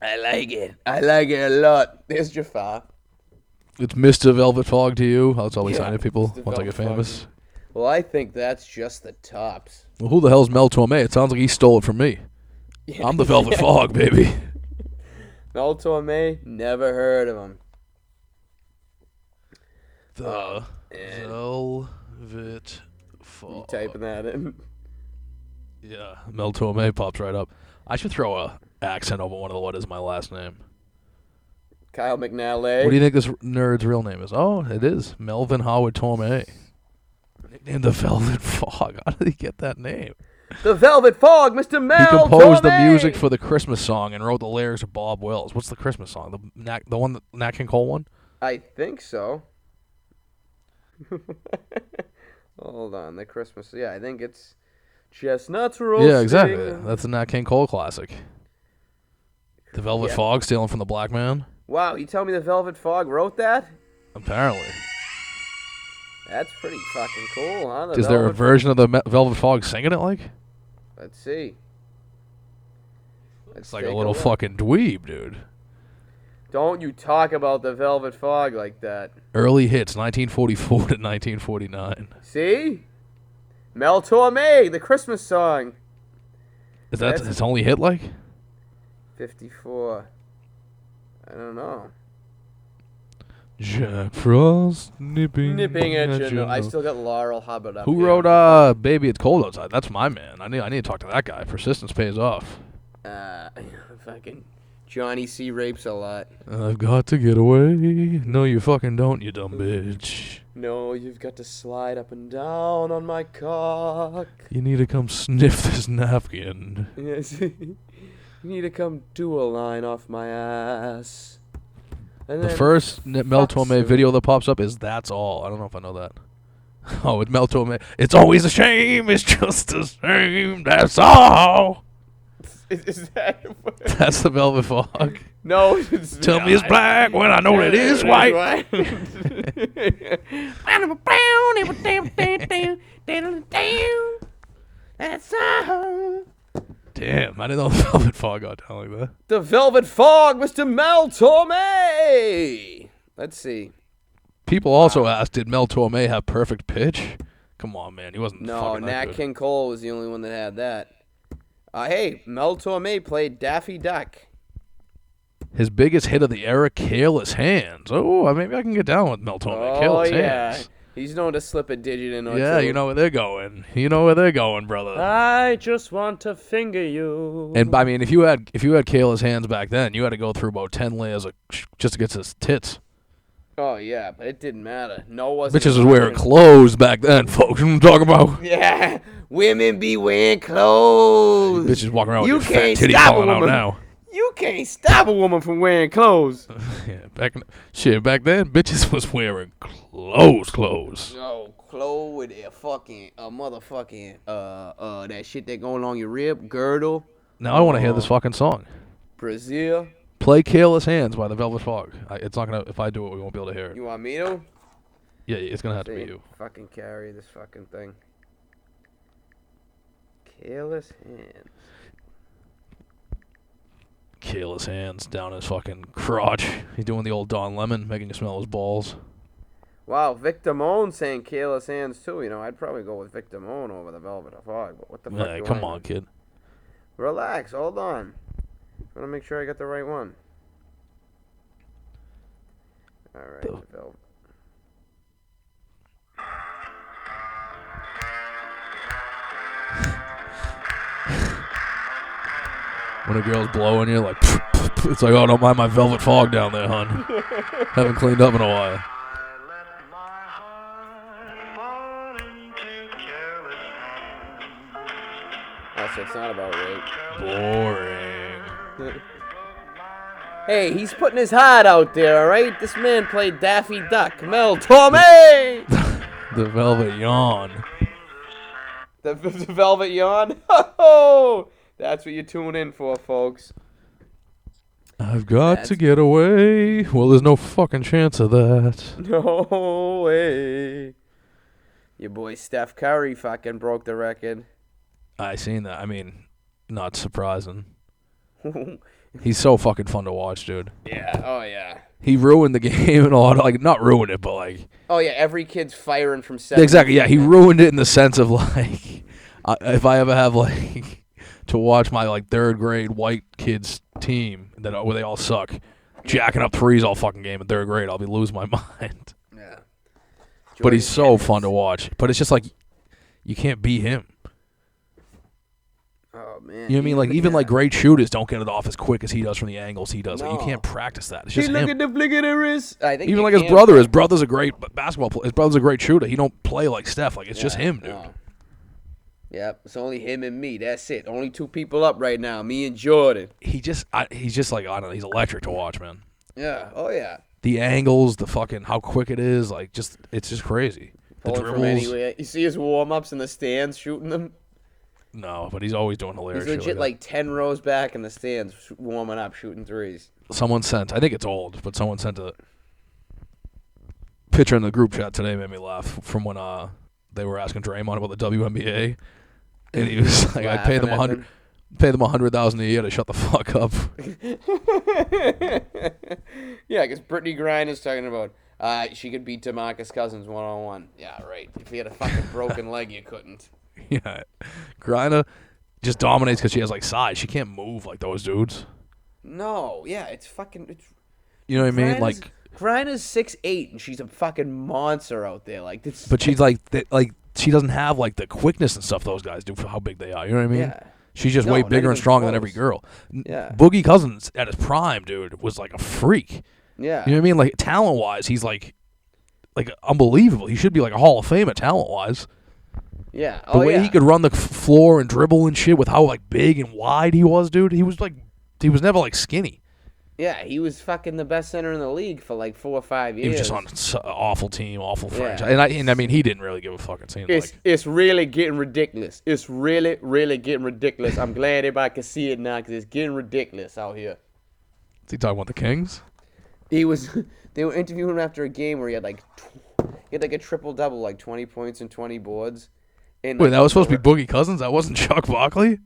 Speaker 1: I like it. I like it a lot. There's Jafar.
Speaker 2: It's Mr. Velvet Fog to you. That's all we
Speaker 1: Yeah,
Speaker 2: sign it, people,
Speaker 1: Mr.
Speaker 2: once I get
Speaker 1: Velvet Fog.
Speaker 2: famous.
Speaker 1: Well, I think that's just the tops.
Speaker 2: Well, who the hell's Mel Torme? It sounds like he stole it from me. I'm the Velvet Fog, baby.
Speaker 1: Mel Torme, never heard of him.
Speaker 2: The
Speaker 1: Yeah.
Speaker 2: Velvet Fog.
Speaker 1: Typing that in.
Speaker 2: Yeah, Mel Torme pops right up. I should throw a accent over one of the letters of my last name.
Speaker 1: Kyle McNally.
Speaker 2: What do you think this nerd's real name is? Oh, it is Melvin Howard Torme. Nicknamed the Velvet Fog. How did he get that name?
Speaker 1: The Velvet Fog, Mr. Mel.
Speaker 2: He composed the
Speaker 1: Torme!
Speaker 2: music for the Christmas song and wrote the lyrics of Bob Wells. What's the Christmas song? The Nat, the one that Nat King Cole one?
Speaker 1: I think so. Hold on, the Christmas. Yeah, I think it's Chestnuts roasting.
Speaker 2: Yeah, exactly. That's a Nat King Cole classic. The Velvet
Speaker 1: Yeah.
Speaker 2: Fog stealing from the black man.
Speaker 1: Wow, you tell me the Velvet Fog wrote that?
Speaker 2: Apparently,
Speaker 1: That's pretty fucking cool, huh? The
Speaker 2: is there a
Speaker 1: Velvet-
Speaker 2: version of the Me- Velvet Fog singing it like?
Speaker 1: Let's see. Let's
Speaker 2: It's like a
Speaker 1: take
Speaker 2: little
Speaker 1: look.
Speaker 2: fucking dweeb, dude.
Speaker 1: Don't you talk about the Velvet Fog like that.
Speaker 2: Early hits, 1944 to 1949.
Speaker 1: See? Mel Torme, the Christmas song.
Speaker 2: Is that
Speaker 1: That's-
Speaker 2: his only hit? Like,
Speaker 1: 54. I don't know.
Speaker 2: Jack Frost nipping,
Speaker 1: Nipping at you. I
Speaker 2: nose.
Speaker 1: still got Laurel Hubbard up
Speaker 2: Who
Speaker 1: here.
Speaker 2: wrote uh "Baby It's Cold Outside"? That's my man. I need I need to talk to that guy. Persistence pays off.
Speaker 1: Uh, fucking Johnny C. rapes a lot.
Speaker 2: I've got to get away. No, you fucking don't, you dumb bitch.
Speaker 1: No, you've got to slide up and down on my cock.
Speaker 2: You need to come sniff this napkin.
Speaker 1: Yes. you need to come do a line off my ass. And
Speaker 2: The
Speaker 1: then-
Speaker 2: first N- Mel
Speaker 1: fuck
Speaker 2: Torme
Speaker 1: Sue.
Speaker 2: video that pops up is "That's All." I don't know if I know that. Oh, it's Mel Torme. It's always a shame. It's just a shame. That's all.
Speaker 1: Is, is that.
Speaker 2: That's the Velvet Fog.
Speaker 1: no, it's
Speaker 2: Tell me it's
Speaker 1: not.
Speaker 2: black when I know it is white. Damn, I didn't know Velvet Fog got down like that.
Speaker 1: the Velvet Fog, Mr. Mel Torme. Let's see.
Speaker 2: People also asked, did Mel Torme have perfect pitch? Come on, man, he wasn't.
Speaker 1: No,
Speaker 2: fucking that
Speaker 1: Nat
Speaker 2: good.
Speaker 1: King Cole was the only one that had that. Uh, hey, Mel Torme played Daffy Duck.
Speaker 2: His biggest hit of the era, "Careless Hands." Oh, I- maybe I can get down with Mel Torme.
Speaker 1: Oh
Speaker 2: Careless
Speaker 1: yeah,
Speaker 2: Hands.
Speaker 1: he's known to slip a digit in or
Speaker 2: Yeah,
Speaker 1: two.
Speaker 2: you know where they're going. You know where they're going, brother.
Speaker 1: I just want to finger you.
Speaker 2: and I mean, if you had if you had Kayla's hands back then, you had to go through about ten layers of sh- just to get to his tits.
Speaker 1: oh yeah, but it didn't matter. No wasn't.
Speaker 2: Bitches was wearing clothes back then, folks. You know What I'm talking about
Speaker 1: Yeah, women be wearing clothes.
Speaker 2: bitches walking around with
Speaker 1: You
Speaker 2: your fat
Speaker 1: can't
Speaker 2: titty
Speaker 1: stop a
Speaker 2: falling out
Speaker 1: woman.
Speaker 2: now.
Speaker 1: You can't stop a woman from wearing clothes.
Speaker 2: Yeah, back in, shit, back then, bitches was wearing clothes, clothes.
Speaker 1: No, clothes with a fucking a motherfucking uh uh that shit that going along your rib girdle.
Speaker 2: Now I want to hear this fucking song.
Speaker 1: Brazil,
Speaker 2: Play "Careless Hands" by the Velvet Fog. I, it's not gonna. If I do it, we won't be able to hear it.
Speaker 1: you want me to?
Speaker 2: Yeah, it's gonna have to be
Speaker 1: See,
Speaker 2: you.
Speaker 1: Fucking carry this fucking thing. Careless hand.
Speaker 2: Careless hands down his fucking crotch. He's doing the old Don Lemon, making you smell his balls.
Speaker 1: Wow, Victor Moan saying careless hands too. You know, I'd probably go with Victor Moan over the Velvet Fog. But what the fuck?
Speaker 2: Yeah,
Speaker 1: do I
Speaker 2: come
Speaker 1: know?
Speaker 2: on, kid.
Speaker 1: Relax. Hold on. I want to make sure I got the right one. All right,
Speaker 2: Bill.
Speaker 1: the Velvet.
Speaker 2: When a girl's blowing you, like, it's like, oh, don't mind my Velvet Fog down there, hun. Haven't cleaned up in a while.
Speaker 1: That's it's not about rape.
Speaker 2: Boring.
Speaker 1: Hey, he's putting his heart out there, all right? This man played Daffy Duck, Mel Torme!
Speaker 2: The Velvet Yawn.
Speaker 1: the, the velvet yawn. Oh, that's what you tune in for, folks.
Speaker 2: I've got to
Speaker 1: That's-
Speaker 2: get away. Well, there's no fucking chance of that.
Speaker 1: No way. Your boy Steph Curry fucking broke the record.
Speaker 2: I seen that. I mean, not surprising. He's so fucking fun to watch, dude.
Speaker 1: yeah. Oh yeah.
Speaker 2: He ruined the game in a lot of like not ruined it, but like
Speaker 1: Oh yeah. Every kid's firing from seven.
Speaker 2: Exactly. Yeah, he ruined it in the sense of like, I, if I ever have like to watch my like third grade white kids team that are- where they all suck, jacking up threes all fucking game in third grade, I'll be lose my mind.
Speaker 1: Yeah.
Speaker 2: But he's so fun to watch. But it's just like, you can't beat him.
Speaker 1: Oh man.
Speaker 2: You know what I mean? Like even
Speaker 1: yeah.
Speaker 2: like great shooters don't get it off as quick as he does from the angles he does. Like,
Speaker 1: No.
Speaker 2: you can't practice that. It's
Speaker 1: She
Speaker 2: just
Speaker 1: look
Speaker 2: him.
Speaker 1: at the flick of the wrist. I think
Speaker 2: Even
Speaker 1: you
Speaker 2: like his
Speaker 1: can-
Speaker 2: brother, his brother's a great b- basketball player. His brother's a great shooter. He don't play like Steph. Like it's just
Speaker 1: Yeah,
Speaker 2: him, dude.
Speaker 1: no. Yep, it's only him and me. That's it. Only two people up right now. Me and Jordan.
Speaker 2: He just, I, he's just like I don't know. He's electric to watch, man.
Speaker 1: Yeah. Oh yeah.
Speaker 2: the angles, the fucking how quick it is, like just it's just crazy. The
Speaker 1: Pulling from
Speaker 2: dribbles.
Speaker 1: anywhere. You see his warm ups in the stands shooting them.
Speaker 2: No, but he's always doing hilarious.
Speaker 1: He's
Speaker 2: shit
Speaker 1: legit
Speaker 2: that.
Speaker 1: like ten rows back in the stands, sh- warming up, shooting threes.
Speaker 2: someone sent. I think it's old, but someone sent a picture in the group chat today. Made me laugh from when uh they were asking Draymond about the WNBA, and he was like, "I pay
Speaker 1: Laughing
Speaker 2: them a
Speaker 1: at
Speaker 2: hundred,
Speaker 1: them.
Speaker 2: pay them a hundred thousand a year to shut the fuck up."
Speaker 1: Yeah, because Brittany Griner is talking about uh, she could beat Demarcus Cousins one on one. Yeah, right. If he had a fucking broken leg, you couldn't.
Speaker 2: yeah, Grina just dominates because she has like size. She can't move like those dudes.
Speaker 1: No, yeah, it's fucking. It's,
Speaker 2: You know what I mean?
Speaker 1: Griner's-
Speaker 2: Like,
Speaker 1: Griner's six eight, and she's a fucking monster out there. Like this.
Speaker 2: but she's like th- like she doesn't have like the quickness and stuff those guys do for how big they are. You know what I mean?
Speaker 1: Yeah.
Speaker 2: She's just
Speaker 1: No,
Speaker 2: way
Speaker 1: not
Speaker 2: bigger
Speaker 1: even
Speaker 2: and stronger than every
Speaker 1: close.
Speaker 2: girl. N-
Speaker 1: Yeah.
Speaker 2: Boogie Cousins at his prime, dude, was like a freak.
Speaker 1: yeah.
Speaker 2: You know what I mean? Like talent wise, he's like like unbelievable. He should be like a Hall of Famer talent wise.
Speaker 1: yeah.
Speaker 2: The
Speaker 1: Oh
Speaker 2: way
Speaker 1: yeah.
Speaker 2: he could run the f- floor and dribble and shit with how like big and wide he was, dude. He was like he was never like skinny.
Speaker 1: yeah, he was fucking the best center in the league for like four or five years.
Speaker 2: He was just on s- an awful team, awful
Speaker 1: Yeah.
Speaker 2: franchise. And I and I mean he didn't really give a fuck. It seemed
Speaker 1: It's
Speaker 2: like
Speaker 1: it's really getting ridiculous. It's really really getting ridiculous. I'm glad everybody can see it now because it's getting ridiculous out here.
Speaker 2: is he talking about the Kings?
Speaker 1: He was they were interviewing him after a game where he had like tw- he had like a triple double, like 20 points and 20 boards. And
Speaker 2: Wait, that was supposed to be Boogie Cousins. That wasn't Chuck Barkley.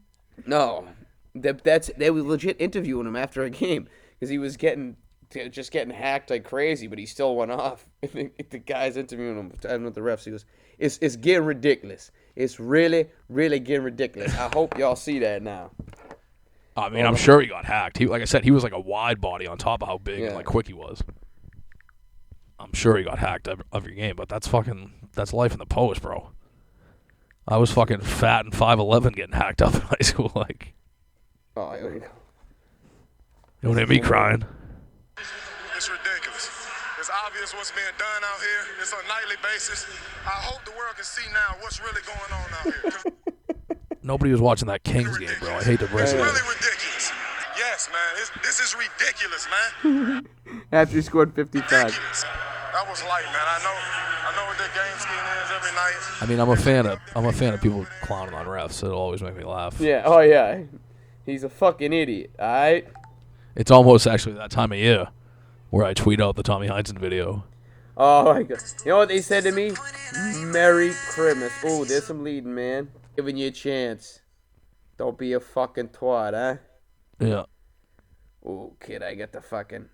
Speaker 1: no, that that's they were legit interviewing him after a game because he was getting just getting hacked like crazy, but he still went off. And the, the guys interviewing him, talking with the refs, he goes, "It's it's getting ridiculous. It's really really getting ridiculous. I hope y'all see that now."
Speaker 2: I mean, I'm sure he got hacked. He, like I said, he was like a wide body on top of how big and
Speaker 1: Yeah.
Speaker 2: like quick he was. I'm sure he got hacked every, every game, but that's fucking that's life in the post, bro. I was fucking fat and five eleven getting hacked up in high school. Like,
Speaker 1: Oh, here we go.
Speaker 2: don't hit me crying.
Speaker 3: It's ridiculous. It's obvious what's being done out here. It's on a nightly basis. I hope the world can see now what's really going on out here. 'Cause
Speaker 2: Nobody was watching that Kings game, bro. I hate to break
Speaker 3: It's
Speaker 2: it. to you.
Speaker 3: really ridiculous. Yes, man. It's, this is ridiculous, man.
Speaker 1: After he scored 55.
Speaker 3: Ridiculous. That was light, man. I know. I know what their game scheme is every night.
Speaker 2: I mean, I'm a fan of I'm a fan of people clowning on refs. It'll always make me laugh.
Speaker 1: Yeah. Oh yeah. He's a fucking idiot. All right.
Speaker 2: It's almost actually that time of year where I tweet out the Tommy Heinsohn video.
Speaker 1: Oh my god. You know what they said to me? Merry Christmas. Oh, there's some leading, man. Giving you a chance. Don't be a fucking twat, huh?
Speaker 2: Yeah.
Speaker 1: Oh, kid, I got the fucking.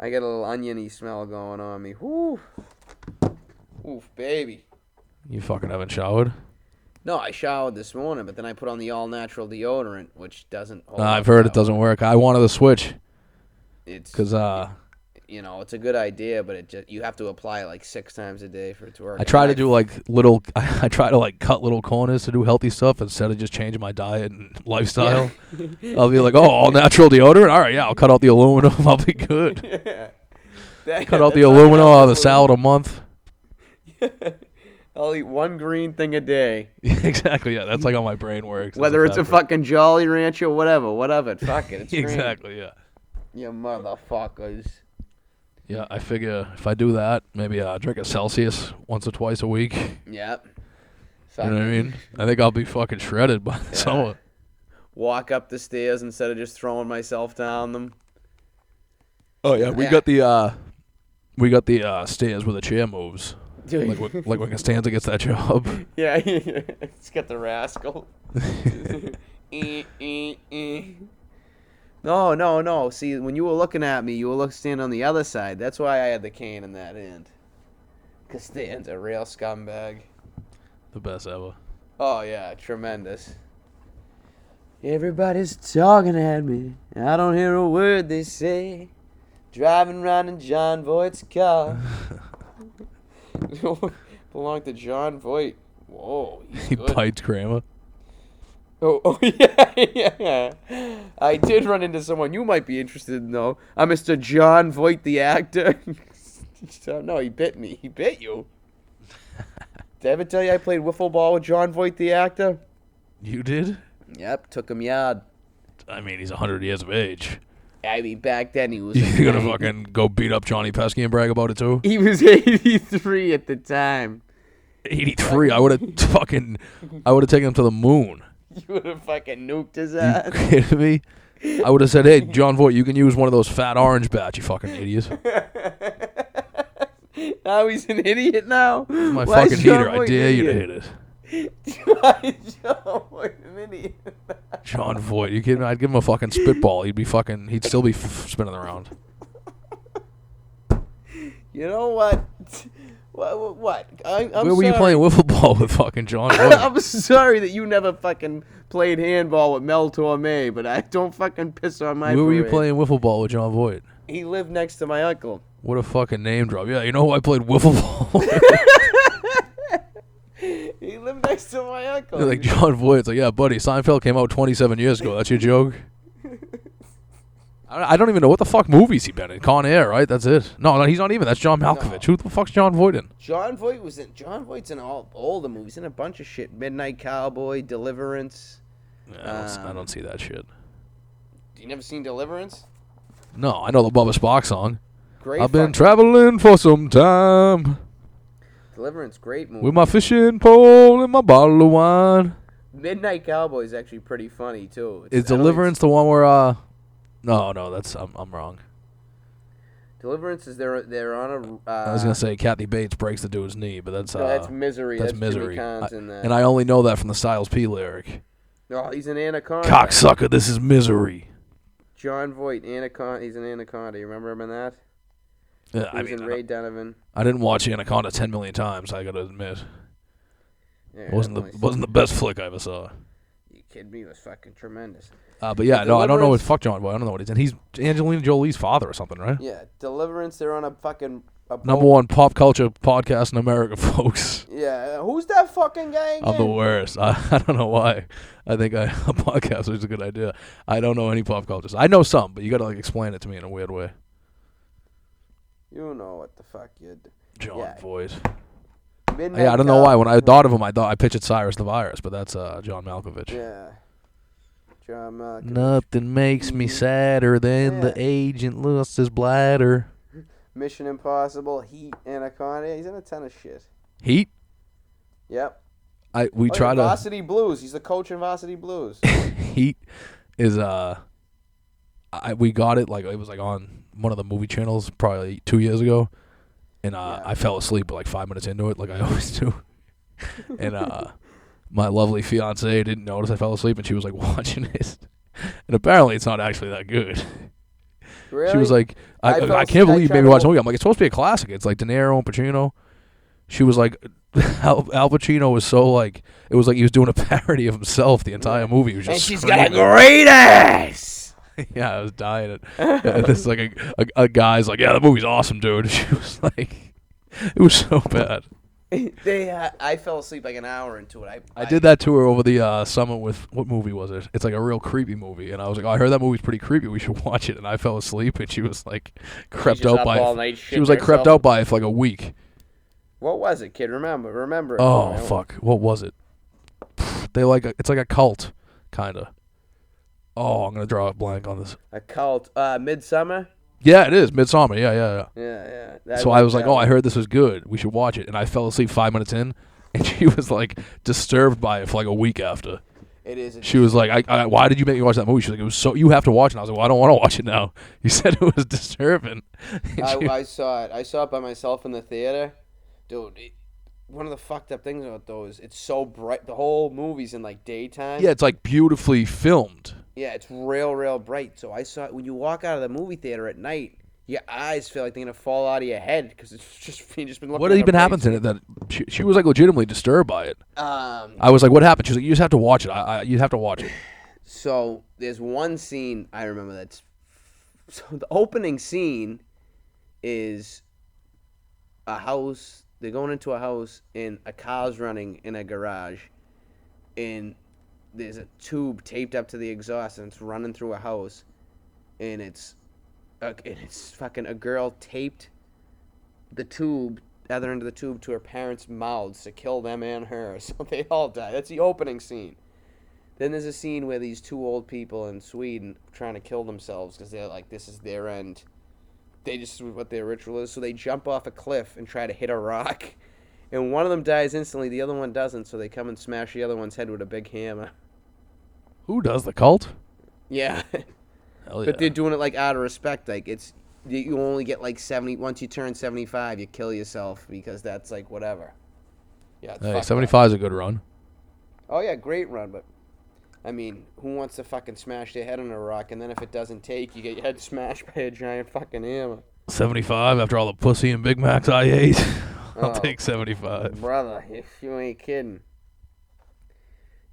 Speaker 1: I got a little oniony smell going on me. Whew. Oof, baby.
Speaker 2: You fucking haven't showered?
Speaker 1: No, I showered this morning, but then I put on the all natural deodorant, which doesn't. Hold
Speaker 2: Uh, I've
Speaker 1: up
Speaker 2: heard it
Speaker 1: well.
Speaker 2: doesn't work. I wanted to switch
Speaker 1: It's
Speaker 2: because uh,
Speaker 1: you know it's a good idea, but it just you have to apply it like six times a day for it to work.
Speaker 2: I try to
Speaker 1: And
Speaker 2: do like little. I, try to like cut little corners to do healthy stuff instead of just changing my diet and lifestyle. I'll be like, oh, all natural deodorant. All right, yeah, I'll cut out the aluminum. I'll be good.
Speaker 1: that-
Speaker 2: Cut out the
Speaker 1: that's all I
Speaker 2: aluminum
Speaker 1: got
Speaker 2: out of
Speaker 1: for
Speaker 2: the salad a month.
Speaker 1: I'll eat one green thing a day.
Speaker 2: exactly. Yeah, that's like how my brain works. That's
Speaker 1: Whether it's a
Speaker 2: exactly-
Speaker 1: fucking Jolly Rancher or whatever, whatever. Fuck it. It's green.
Speaker 2: Exactly. Yeah.
Speaker 1: You motherfuckers.
Speaker 2: Yeah, I figure if I do that, maybe uh, drink a Celsius once or twice a week. You
Speaker 1: Yep.
Speaker 2: know what I mean? I think I'll be fucking shredded by the summer.
Speaker 1: Walk up the stairs instead of just throwing myself down them.
Speaker 2: Oh yeah, we
Speaker 1: Yeah.
Speaker 2: got the uh, we got the uh, stairs where the chair moves.
Speaker 1: Dude.
Speaker 2: like when, like when Costanza gets that job.
Speaker 1: Yeah, it's got the rascal. Eh, eh, eh. no, no, no. See, when you were looking at me, you were look standing on the other side. That's why I had the cane in that end. Costanza, a real scumbag.
Speaker 2: the best ever.
Speaker 1: Oh yeah, tremendous. Everybody's talking at me. I don't hear a word they say. Driving round in John Voight's car. Belonged to John Voight. Whoa, he's
Speaker 2: He
Speaker 1: good.
Speaker 2: bites Kramer.
Speaker 1: Oh, oh yeah, yeah. I did run into someone you might be interested in though. Uh, Mr. John Voight, the actor. So, no, he bit me. He bit you. Did I ever tell you I played wiffle ball with John Voight, the actor?
Speaker 2: You did?
Speaker 1: Yep, took him yard.
Speaker 2: I mean, he's hundred years of age.
Speaker 1: I mean, back then he was
Speaker 2: You gonna
Speaker 1: amazing.
Speaker 2: fucking go beat up Johnny Pesky and brag about it too?
Speaker 1: He was 83 at the time.
Speaker 2: 83, I would have fucking, I would have taken him to the moon.
Speaker 1: You would have fucking nuked his ass.
Speaker 2: kidding me? I would have said, "Hey, John Voight, you can use one of those fat orange bats, you fucking idiots."
Speaker 1: now he's an idiot now.
Speaker 2: My
Speaker 1: Why is
Speaker 2: fucking
Speaker 1: John
Speaker 2: heater, I
Speaker 1: Boyd an
Speaker 2: dare you to
Speaker 1: idiot?
Speaker 2: hit it.
Speaker 1: Why is John Boyd an idiot?
Speaker 2: John Voight, you kidding me? I'd give him a fucking spitball. He'd be fucking, he'd still be f- spinning around.
Speaker 1: You know what? What? What? what? I, I'm
Speaker 2: Where were you
Speaker 1: sorry.
Speaker 2: playing wiffle ball with fucking John Voight?
Speaker 1: I'm sorry that you never fucking played handball with Mel Torme, but I don't fucking piss on my.
Speaker 2: Where were you
Speaker 1: parade.
Speaker 2: playing wiffle ball with John Voight?
Speaker 1: He lived next to my uncle.
Speaker 2: What a fucking name drop. Yeah, you know who I played wiffle ball with?
Speaker 1: He lived next to my uncle.
Speaker 2: They're like John Voight. It's like, yeah, buddy, Seinfeld came out 27 years ago. That's your joke. I I don't even know what the fuck movies he been in. Con Air, right? That's it. No, no, he's not even. That's John Malkovich. Who the fuck's John Voight in?
Speaker 1: John Voight was in. John Voight's in all all the movies. In a bunch of shit. Midnight Cowboy, Deliverance.
Speaker 2: Yeah, I, don't, s- I
Speaker 1: Um,
Speaker 2: don't see that shit.
Speaker 1: You never seen Deliverance?
Speaker 2: No, I know the Bubba Spock song.
Speaker 1: Great.
Speaker 2: I've been
Speaker 1: fucking-
Speaker 2: traveling for some time
Speaker 1: Deliverance, great movie.
Speaker 2: with my fishing pole and my bottle of wine.
Speaker 1: Midnight Cowboy is actually pretty funny too. It's-
Speaker 2: Is
Speaker 1: I don't-
Speaker 2: Deliverance the one where uh? No, no, that's I'm, I'm wrong.
Speaker 1: Deliverance is they're they're on a. Uh,
Speaker 2: I was gonna say Kathy Bates breaks the dude's knee, but that's uh,
Speaker 1: No, that's misery.
Speaker 2: that's
Speaker 1: That's, Jimmy
Speaker 2: misery.
Speaker 1: Cons
Speaker 2: I-
Speaker 1: in that.
Speaker 2: and I only know that from the Styles P lyric.
Speaker 1: oh, he's an anaconda.
Speaker 2: Cocksucker, this is misery.
Speaker 1: John Voight, anaconda. He's an anaconda. You remember him in that?
Speaker 2: Yeah,
Speaker 1: He
Speaker 2: I
Speaker 1: was
Speaker 2: mean,
Speaker 1: in
Speaker 2: I
Speaker 1: Ray Donovan.
Speaker 2: I didn't watch Anaconda ten million times. I gotta admit,
Speaker 1: Yeah,
Speaker 2: it wasn't
Speaker 1: nice.
Speaker 2: the wasn't the best flick I ever saw.
Speaker 1: You kidding me? It was fucking tremendous.
Speaker 2: Uh, but yeah, no, I don't know what
Speaker 1: Deliverance-
Speaker 2: fuck John Boy. I don't know what he's in. He's Angelina Jolie's father or something, right?
Speaker 1: Yeah, Deliverance. They're on a fucking. A
Speaker 2: Number
Speaker 1: boat.
Speaker 2: one pop culture podcast in America, folks.
Speaker 1: Yeah, who's that fucking guy again?
Speaker 2: I'm the worst. I, I don't know why. I think I, a podcast was a good idea. I don't know any pop cultures. I know some, but you gotta like explain it to me in a weird way.
Speaker 1: you know what the fuck you.
Speaker 2: John
Speaker 1: Yeah.
Speaker 2: Voight.
Speaker 1: Midnight
Speaker 2: Yeah, I don't know why.
Speaker 1: Cow-
Speaker 2: When I thought of him, I thought I pictured Cyrus the Virus, but that's uh, John Malkovich.
Speaker 1: Yeah. John Malkovich.
Speaker 2: Nothing makes me sadder than
Speaker 1: the Mm. Yeah.
Speaker 2: agent lost his bladder.
Speaker 1: Mission Impossible, Heat, Anaconda. He's in a ton of shit.
Speaker 2: Heat.
Speaker 1: Yep.
Speaker 2: I we
Speaker 1: Oh,
Speaker 2: try
Speaker 1: yeah,
Speaker 2: to
Speaker 1: Varsity Blues. He's the coach in Varsity Blues.
Speaker 2: Heat is uh, I we got it like it was like on one of the movie channels probably two years ago, and uh,
Speaker 1: Yeah.
Speaker 2: I fell asleep like five minutes into it like I always do, and uh, my lovely fiance didn't notice I fell asleep and she was like watching it, and apparently it's not actually that good.
Speaker 1: really?
Speaker 2: She was like, I,
Speaker 1: I
Speaker 2: I,
Speaker 1: fell
Speaker 2: I
Speaker 1: as-
Speaker 2: can't
Speaker 1: I
Speaker 2: believe you made
Speaker 1: tried
Speaker 2: me
Speaker 1: to
Speaker 2: watch the
Speaker 1: wa-
Speaker 2: movie. I'm like, it's supposed to be a classic. It's like De Niro and Pacino. She was like, Al, Al Pacino was so like, it was like he was doing a parody of himself the entire movie. He was just screaming.
Speaker 1: great ass.
Speaker 2: yeah, I was dying. It. and this like a, a, a guy's like, yeah, the movie's awesome, dude. She was like, it was so bad.
Speaker 1: they, uh, I fell asleep like an hour into it. I,
Speaker 2: I did that to her over the uh, summer with what movie was it? It's like a real creepy movie, and I was like, oh, I heard that movie's pretty creepy. We should watch it. And I fell asleep, and she was like, crept
Speaker 1: just
Speaker 2: out
Speaker 1: up
Speaker 2: by. it.
Speaker 1: all night
Speaker 2: she was
Speaker 1: shitting
Speaker 2: like crept
Speaker 1: herself.
Speaker 2: out by it for like a week.
Speaker 1: What was it, kid? Remember, remember. it.
Speaker 2: Oh
Speaker 1: Remember.
Speaker 2: fuck! What was it? They like a, it's like a cult, kinda. Oh, I'm gonna draw a blank on this.
Speaker 1: A cult. Uh, Midsummer.
Speaker 2: Yeah, it is Midsummer. Yeah, yeah, yeah.
Speaker 1: Yeah, yeah. That
Speaker 2: so I was like,
Speaker 1: that
Speaker 2: oh, I heard this was good. We should watch it. And I fell asleep five minutes in, and she was like disturbed by it for like a week after.
Speaker 1: It is. A,
Speaker 2: She was like, I, I, why did you make me watch that movie? She's like, it was so you have to watch it. And I was like, well, I don't want to watch it now. You said it was disturbing. And
Speaker 1: I,
Speaker 2: she-
Speaker 1: I saw it. I saw it by myself in the theater, dude. It, one of the fucked up things about those, it's so bright. The whole movie's in like daytime.
Speaker 2: yeah, it's like beautifully filmed.
Speaker 1: Yeah, it's real, real bright. So I saw it when you walk out of the movie theater at night, your eyes feel like they're gonna fall out of your head because it's just you just been looking.
Speaker 2: What
Speaker 1: at a
Speaker 2: even
Speaker 1: bright
Speaker 2: happened to it that she, she was like legitimately disturbed by it?
Speaker 1: Um.
Speaker 2: I was like, "What happened?" She's like, "You just have to watch it. I, I you have to watch it."
Speaker 1: So there's one scene I remember that's. So the opening scene is a house. They're going into a house and a car's running in a garage, and there's a tube taped up to the exhaust and it's running through a house, and it's, uh, and it's fucking a girl taped the tube other end of the tube to her parents' mouths to kill them and her, so they all die. That's the opening scene. Then there's a scene where these two old people in Sweden are trying to kill themselves because they're like, this is their end. They just this is what their ritual is, so they jump off a cliff and try to hit a rock, and one of them dies instantly, the other one doesn't, so they come and smash the other one's head with a big hammer.
Speaker 2: Who does the cult?
Speaker 1: Yeah.
Speaker 2: Hell
Speaker 1: But
Speaker 2: yeah.
Speaker 1: they're doing it like out of respect. Like it's you- you only get like seventy. Once you turn seventy five, you kill yourself because that's like whatever. Yeah. it's fucked
Speaker 2: Hey,
Speaker 1: up.
Speaker 2: 75 is a good run.
Speaker 1: Oh yeah, great run, but I mean, who wants to fucking smash their head on a rock and then if it doesn't take, you get your head smashed by a giant fucking hammer,
Speaker 2: 75 after all the pussy and Big Macs I ate. I'll
Speaker 1: Oh.
Speaker 2: take 75.
Speaker 1: brother? If you ain't kidding,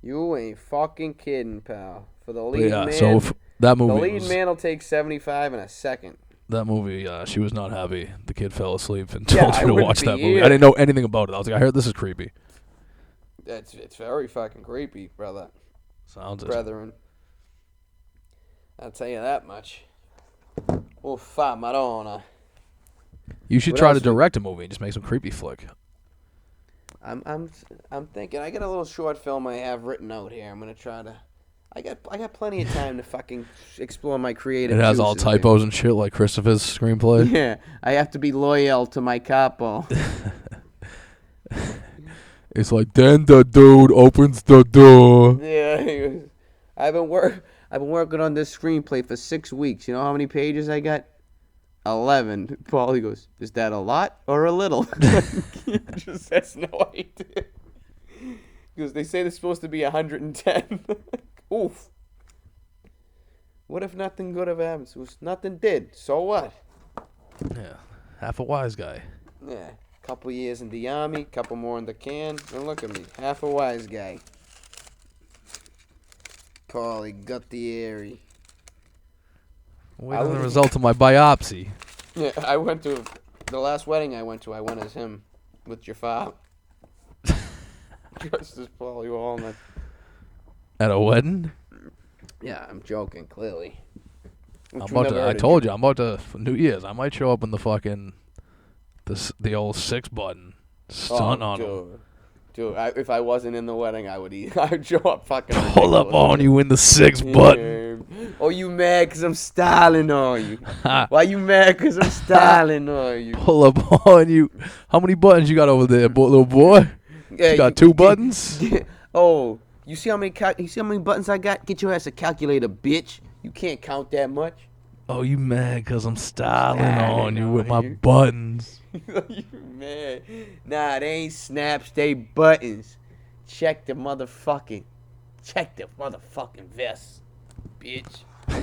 Speaker 1: you ain't fucking kidding, pal. For the
Speaker 2: But
Speaker 1: lead
Speaker 2: yeah,
Speaker 1: man,
Speaker 2: so if that
Speaker 1: the
Speaker 2: movie
Speaker 1: lead
Speaker 2: was,
Speaker 1: man will take seventy five in a second.
Speaker 2: that movie uh, she was not happy. The kid fell asleep and
Speaker 1: Yeah,
Speaker 2: told
Speaker 1: I
Speaker 2: her to
Speaker 1: wouldn't
Speaker 2: watch
Speaker 1: be
Speaker 2: that movie.
Speaker 1: either.
Speaker 2: I didn't know anything about it. I was like, I heard this is creepy.
Speaker 1: That's it's very fucking creepy, brother.
Speaker 2: Sounds as-
Speaker 1: brethren. I'll tell you that much. Uffa Madonna.
Speaker 2: You should
Speaker 1: What
Speaker 2: try to
Speaker 1: else we-
Speaker 2: direct a movie and just make some creepy flick.
Speaker 1: I'm I'm I'm thinking I got a little short film I have written out here. I'm gonna try to. I got I got plenty of time to fucking explore my creative.
Speaker 2: It has all
Speaker 1: juices here.
Speaker 2: typos and shit like Christopher's screenplay.
Speaker 1: Yeah, I have to be loyal to my capo.
Speaker 2: It's like then the dude opens the door.
Speaker 1: yeah, he was- I've been work I've been working on this screenplay for six weeks. You know how many pages I got? Eleven. Paulie goes, is that a lot or a little? he just has no idea. Because they say there's supposed to be hundred and ten. Oof. What if nothing good ever happens? Oof, Nothing did. So what?
Speaker 2: Yeah, half a wise guy.
Speaker 1: Yeah, couple years in the army, couple more in the can, and look at me, half a wise guy. Paulie Guttieri.
Speaker 2: Wait
Speaker 1: I
Speaker 2: on the
Speaker 1: would-
Speaker 2: result of my biopsy.
Speaker 1: Yeah, I went to the last wedding I went to. I went as him with Jafar. Dressed as Paulie Walnut.
Speaker 2: At a wedding?
Speaker 1: Yeah, I'm joking. Clearly.
Speaker 2: I'm about to, I told you, I'm about to for New Year's. I might show up in the fucking this the old six button stunt on him.
Speaker 1: Oh, dude. Dude, I, if I wasn't in the wedding, I would eat. I would show up fucking.
Speaker 2: Pull up
Speaker 1: ridiculous.
Speaker 2: on you in the six button.
Speaker 1: Yeah. Oh, you mad because I'm styling on you?
Speaker 2: Ha.
Speaker 1: Why you mad because I'm styling on you?
Speaker 2: Pull up on you. How many buttons you got over there, boy, little boy?
Speaker 1: Yeah,
Speaker 2: you got two buttons.
Speaker 1: oh, you see how many cal- you see how many buttons I got? Get your ass a calculator, bitch. You can't count that much.
Speaker 2: Oh, you mad? Cause I'm styling on
Speaker 1: Styling
Speaker 2: you with
Speaker 1: on
Speaker 2: my
Speaker 1: you.
Speaker 2: buttons.
Speaker 1: you mad? Nah, they ain't snaps. They buttons. Check the motherfucking, check the motherfucking vest, bitch.
Speaker 2: Just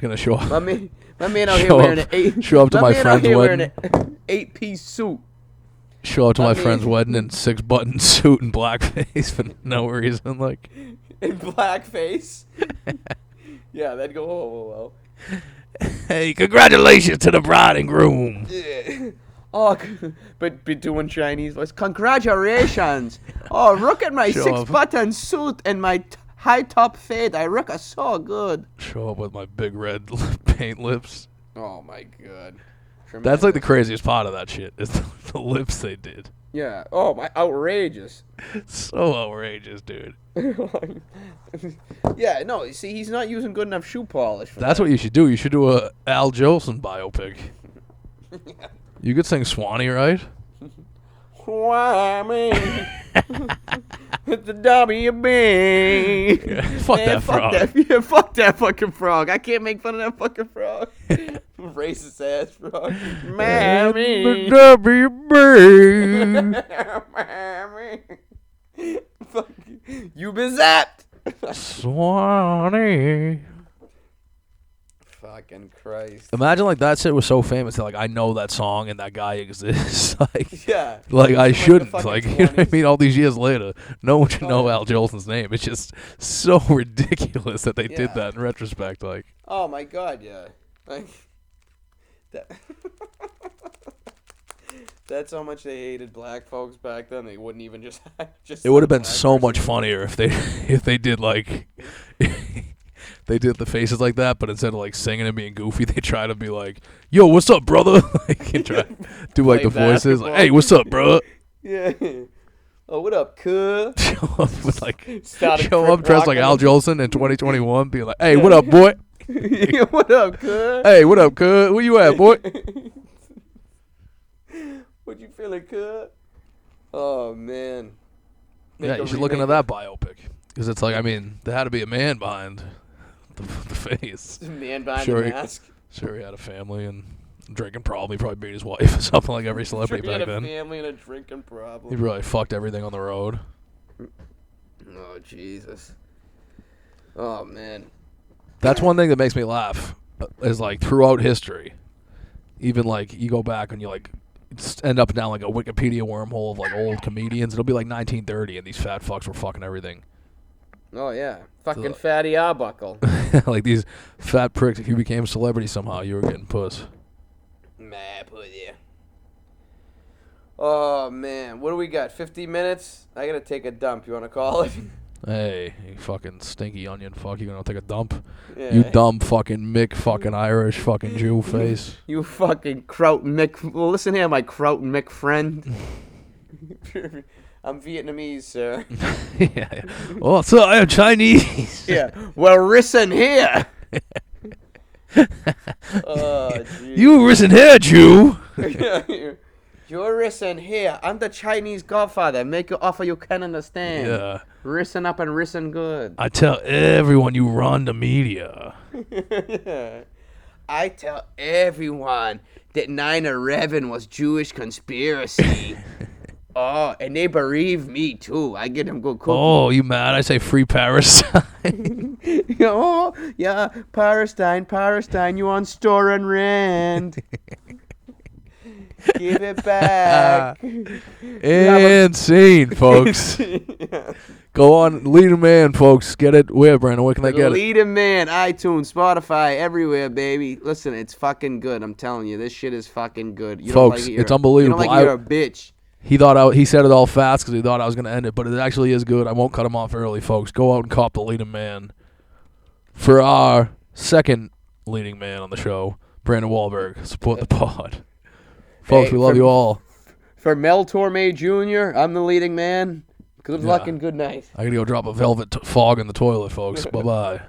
Speaker 2: gonna show up.
Speaker 1: My man, my man out here
Speaker 2: Show
Speaker 1: wearing
Speaker 2: up-
Speaker 1: an eight.
Speaker 2: show up to my
Speaker 1: man out
Speaker 2: friend's
Speaker 1: here wearing an eight-piece suit.
Speaker 2: show up to
Speaker 1: I
Speaker 2: my
Speaker 1: mean-
Speaker 2: friend's wedding in six button suit and blackface for no reason. Like,
Speaker 1: in blackface. yeah, that'd go. Whoa, whoa, whoa.
Speaker 2: hey, congratulations to the bride and groom.
Speaker 1: Yeah. Oh, c- but be doing Chinese voice. Congratulations! Oh, look at my
Speaker 2: Show
Speaker 1: six
Speaker 2: off.
Speaker 1: button suit and my t- high top fade. I look uh, so good.
Speaker 2: Show up with my big red lip- paint lips.
Speaker 1: Oh my god.
Speaker 2: That's like the craziest part of that shit is the, the lips they did.
Speaker 1: yeah. Oh my, outrageous.
Speaker 2: So outrageous, dude.
Speaker 1: yeah. No. you See, he's not using good enough shoe polish. For
Speaker 2: That's what you should do. You should do a Al Jolson biopic. You could sing Swanee, right?
Speaker 1: Why me? It's the WB.
Speaker 2: Yeah, fuck
Speaker 1: Man,
Speaker 2: that frog.
Speaker 1: Fuck that, yeah, fuck that fucking frog. I can't make fun of that fucking frog. Racist ass frog. Mammy.
Speaker 2: WB.
Speaker 1: Mammy. Fuck you. You been zapped.
Speaker 2: Swanee.
Speaker 1: fucking Christ.
Speaker 2: Imagine like that shit was so famous that like I know that song and that guy exists. like,
Speaker 1: Yeah.
Speaker 2: like I
Speaker 1: the
Speaker 2: shouldn't.
Speaker 1: fucking
Speaker 2: Like, you know what I
Speaker 1: 20s.
Speaker 2: mean? All these years later, no one should know Al Jolson's name. It's just so ridiculous that they did
Speaker 1: Yeah.
Speaker 2: that in retrospect. Like,
Speaker 1: Oh my god, yeah. Like that That's how much they hated black folks back then. They wouldn't even just just
Speaker 2: it would have
Speaker 1: say
Speaker 2: been
Speaker 1: black
Speaker 2: so
Speaker 1: person.
Speaker 2: much funnier if they if they did like they did the faces like that, but instead of like singing and being goofy, they try to be like, "Yo, what's up, brother?" like, and try do like
Speaker 1: Play
Speaker 2: the voices, like,
Speaker 1: basketball.
Speaker 2: "Hey, what's up, bro?"
Speaker 1: Yeah. Oh, what up, cuz?
Speaker 2: show up with like
Speaker 1: Started
Speaker 2: show up
Speaker 1: crip
Speaker 2: dressed like
Speaker 1: walking.
Speaker 2: Al Jolson in 2021, be like, "Hey, what up, boy?
Speaker 1: what up, cuz?
Speaker 2: Hey, what up, cuz? Where you at, boy?"
Speaker 1: What you feeling, cuz? Oh man.
Speaker 2: yeah, you should look into that biopic because it's like I mean, there had to be a man behind the, the face.
Speaker 1: Man behind
Speaker 2: Sure.
Speaker 1: the mask.
Speaker 2: Sure, he had a family and drinking problem. He probably beat his wife or something like every celebrity
Speaker 1: He had
Speaker 2: back
Speaker 1: a
Speaker 2: then.
Speaker 1: family and a drinking
Speaker 2: He
Speaker 1: problem.
Speaker 2: really fucked everything on the road.
Speaker 1: Oh Jesus. Oh man.
Speaker 2: That's one thing that makes me laugh uh, is like throughout history, even like you go back and you like s- end up down like a Wikipedia wormhole of like old comedians. It'll be like 1930 and these fat fucks were fucking everything.
Speaker 1: Oh yeah. Fucking
Speaker 2: Ugh.
Speaker 1: Fatty Arbuckle.
Speaker 2: like these fat pricks. If you became a celebrity somehow, you were getting puss.
Speaker 1: Meh, put yeah. Oh man, what do we got? 50 minutes? I gotta take a dump. You wanna call it?
Speaker 2: Hey, you fucking stinky onion fuck. You gonna take a dump?
Speaker 1: Yeah.
Speaker 2: You dumb fucking Mick fucking Irish fucking Jew face.
Speaker 1: You fucking Kraut Mick. Well, listen here, my Kraut Mick friend. I'm Vietnamese, sir.
Speaker 2: yeah, yeah. Oh, so I am Chinese.
Speaker 1: yeah. Well, listen here. oh, jeez.
Speaker 2: You risen here, Jew.
Speaker 1: Yeah, you- You're risen here. I'm the Chinese godfather. Make your offer you can understand.
Speaker 2: Yeah.
Speaker 1: Risen up and risen good.
Speaker 2: I tell everyone you run the media.
Speaker 1: I tell everyone that 9 11 was Jewish conspiracy. oh, and they believe me too. I get them good cookies.
Speaker 2: Oh, you mad? I say free Palestine.
Speaker 1: oh, yeah, Palestine, Palestine, you on store and rent. Give it back.
Speaker 2: and scene, folks. Go on, lead a man, folks. Get it? Where, Brandon? Where can they get it?
Speaker 1: Lead a man, iTunes, Spotify, everywhere, baby. Listen, it's fucking good. I'm telling you, this shit is fucking good. You don't
Speaker 2: Folks,
Speaker 1: like it, you're
Speaker 2: it's
Speaker 1: a-
Speaker 2: unbelievable.
Speaker 1: You don't like
Speaker 2: I-
Speaker 1: it, you're a bitch.
Speaker 2: He thought I, he said it all fast because he thought I was going to end it, but it actually is good. I won't cut him off early, folks. Go out and cop the leading man for our second leading man on the show, Brandon Wahlberg. Support the pod, folks.
Speaker 1: Hey,
Speaker 2: we love
Speaker 1: for-
Speaker 2: you all.
Speaker 1: For Mel Torme Jr., I'm the leading man. Good
Speaker 2: Yeah.
Speaker 1: luck and good night.
Speaker 2: I gotta go drop a velvet t- fog in the toilet, folks. bye bye.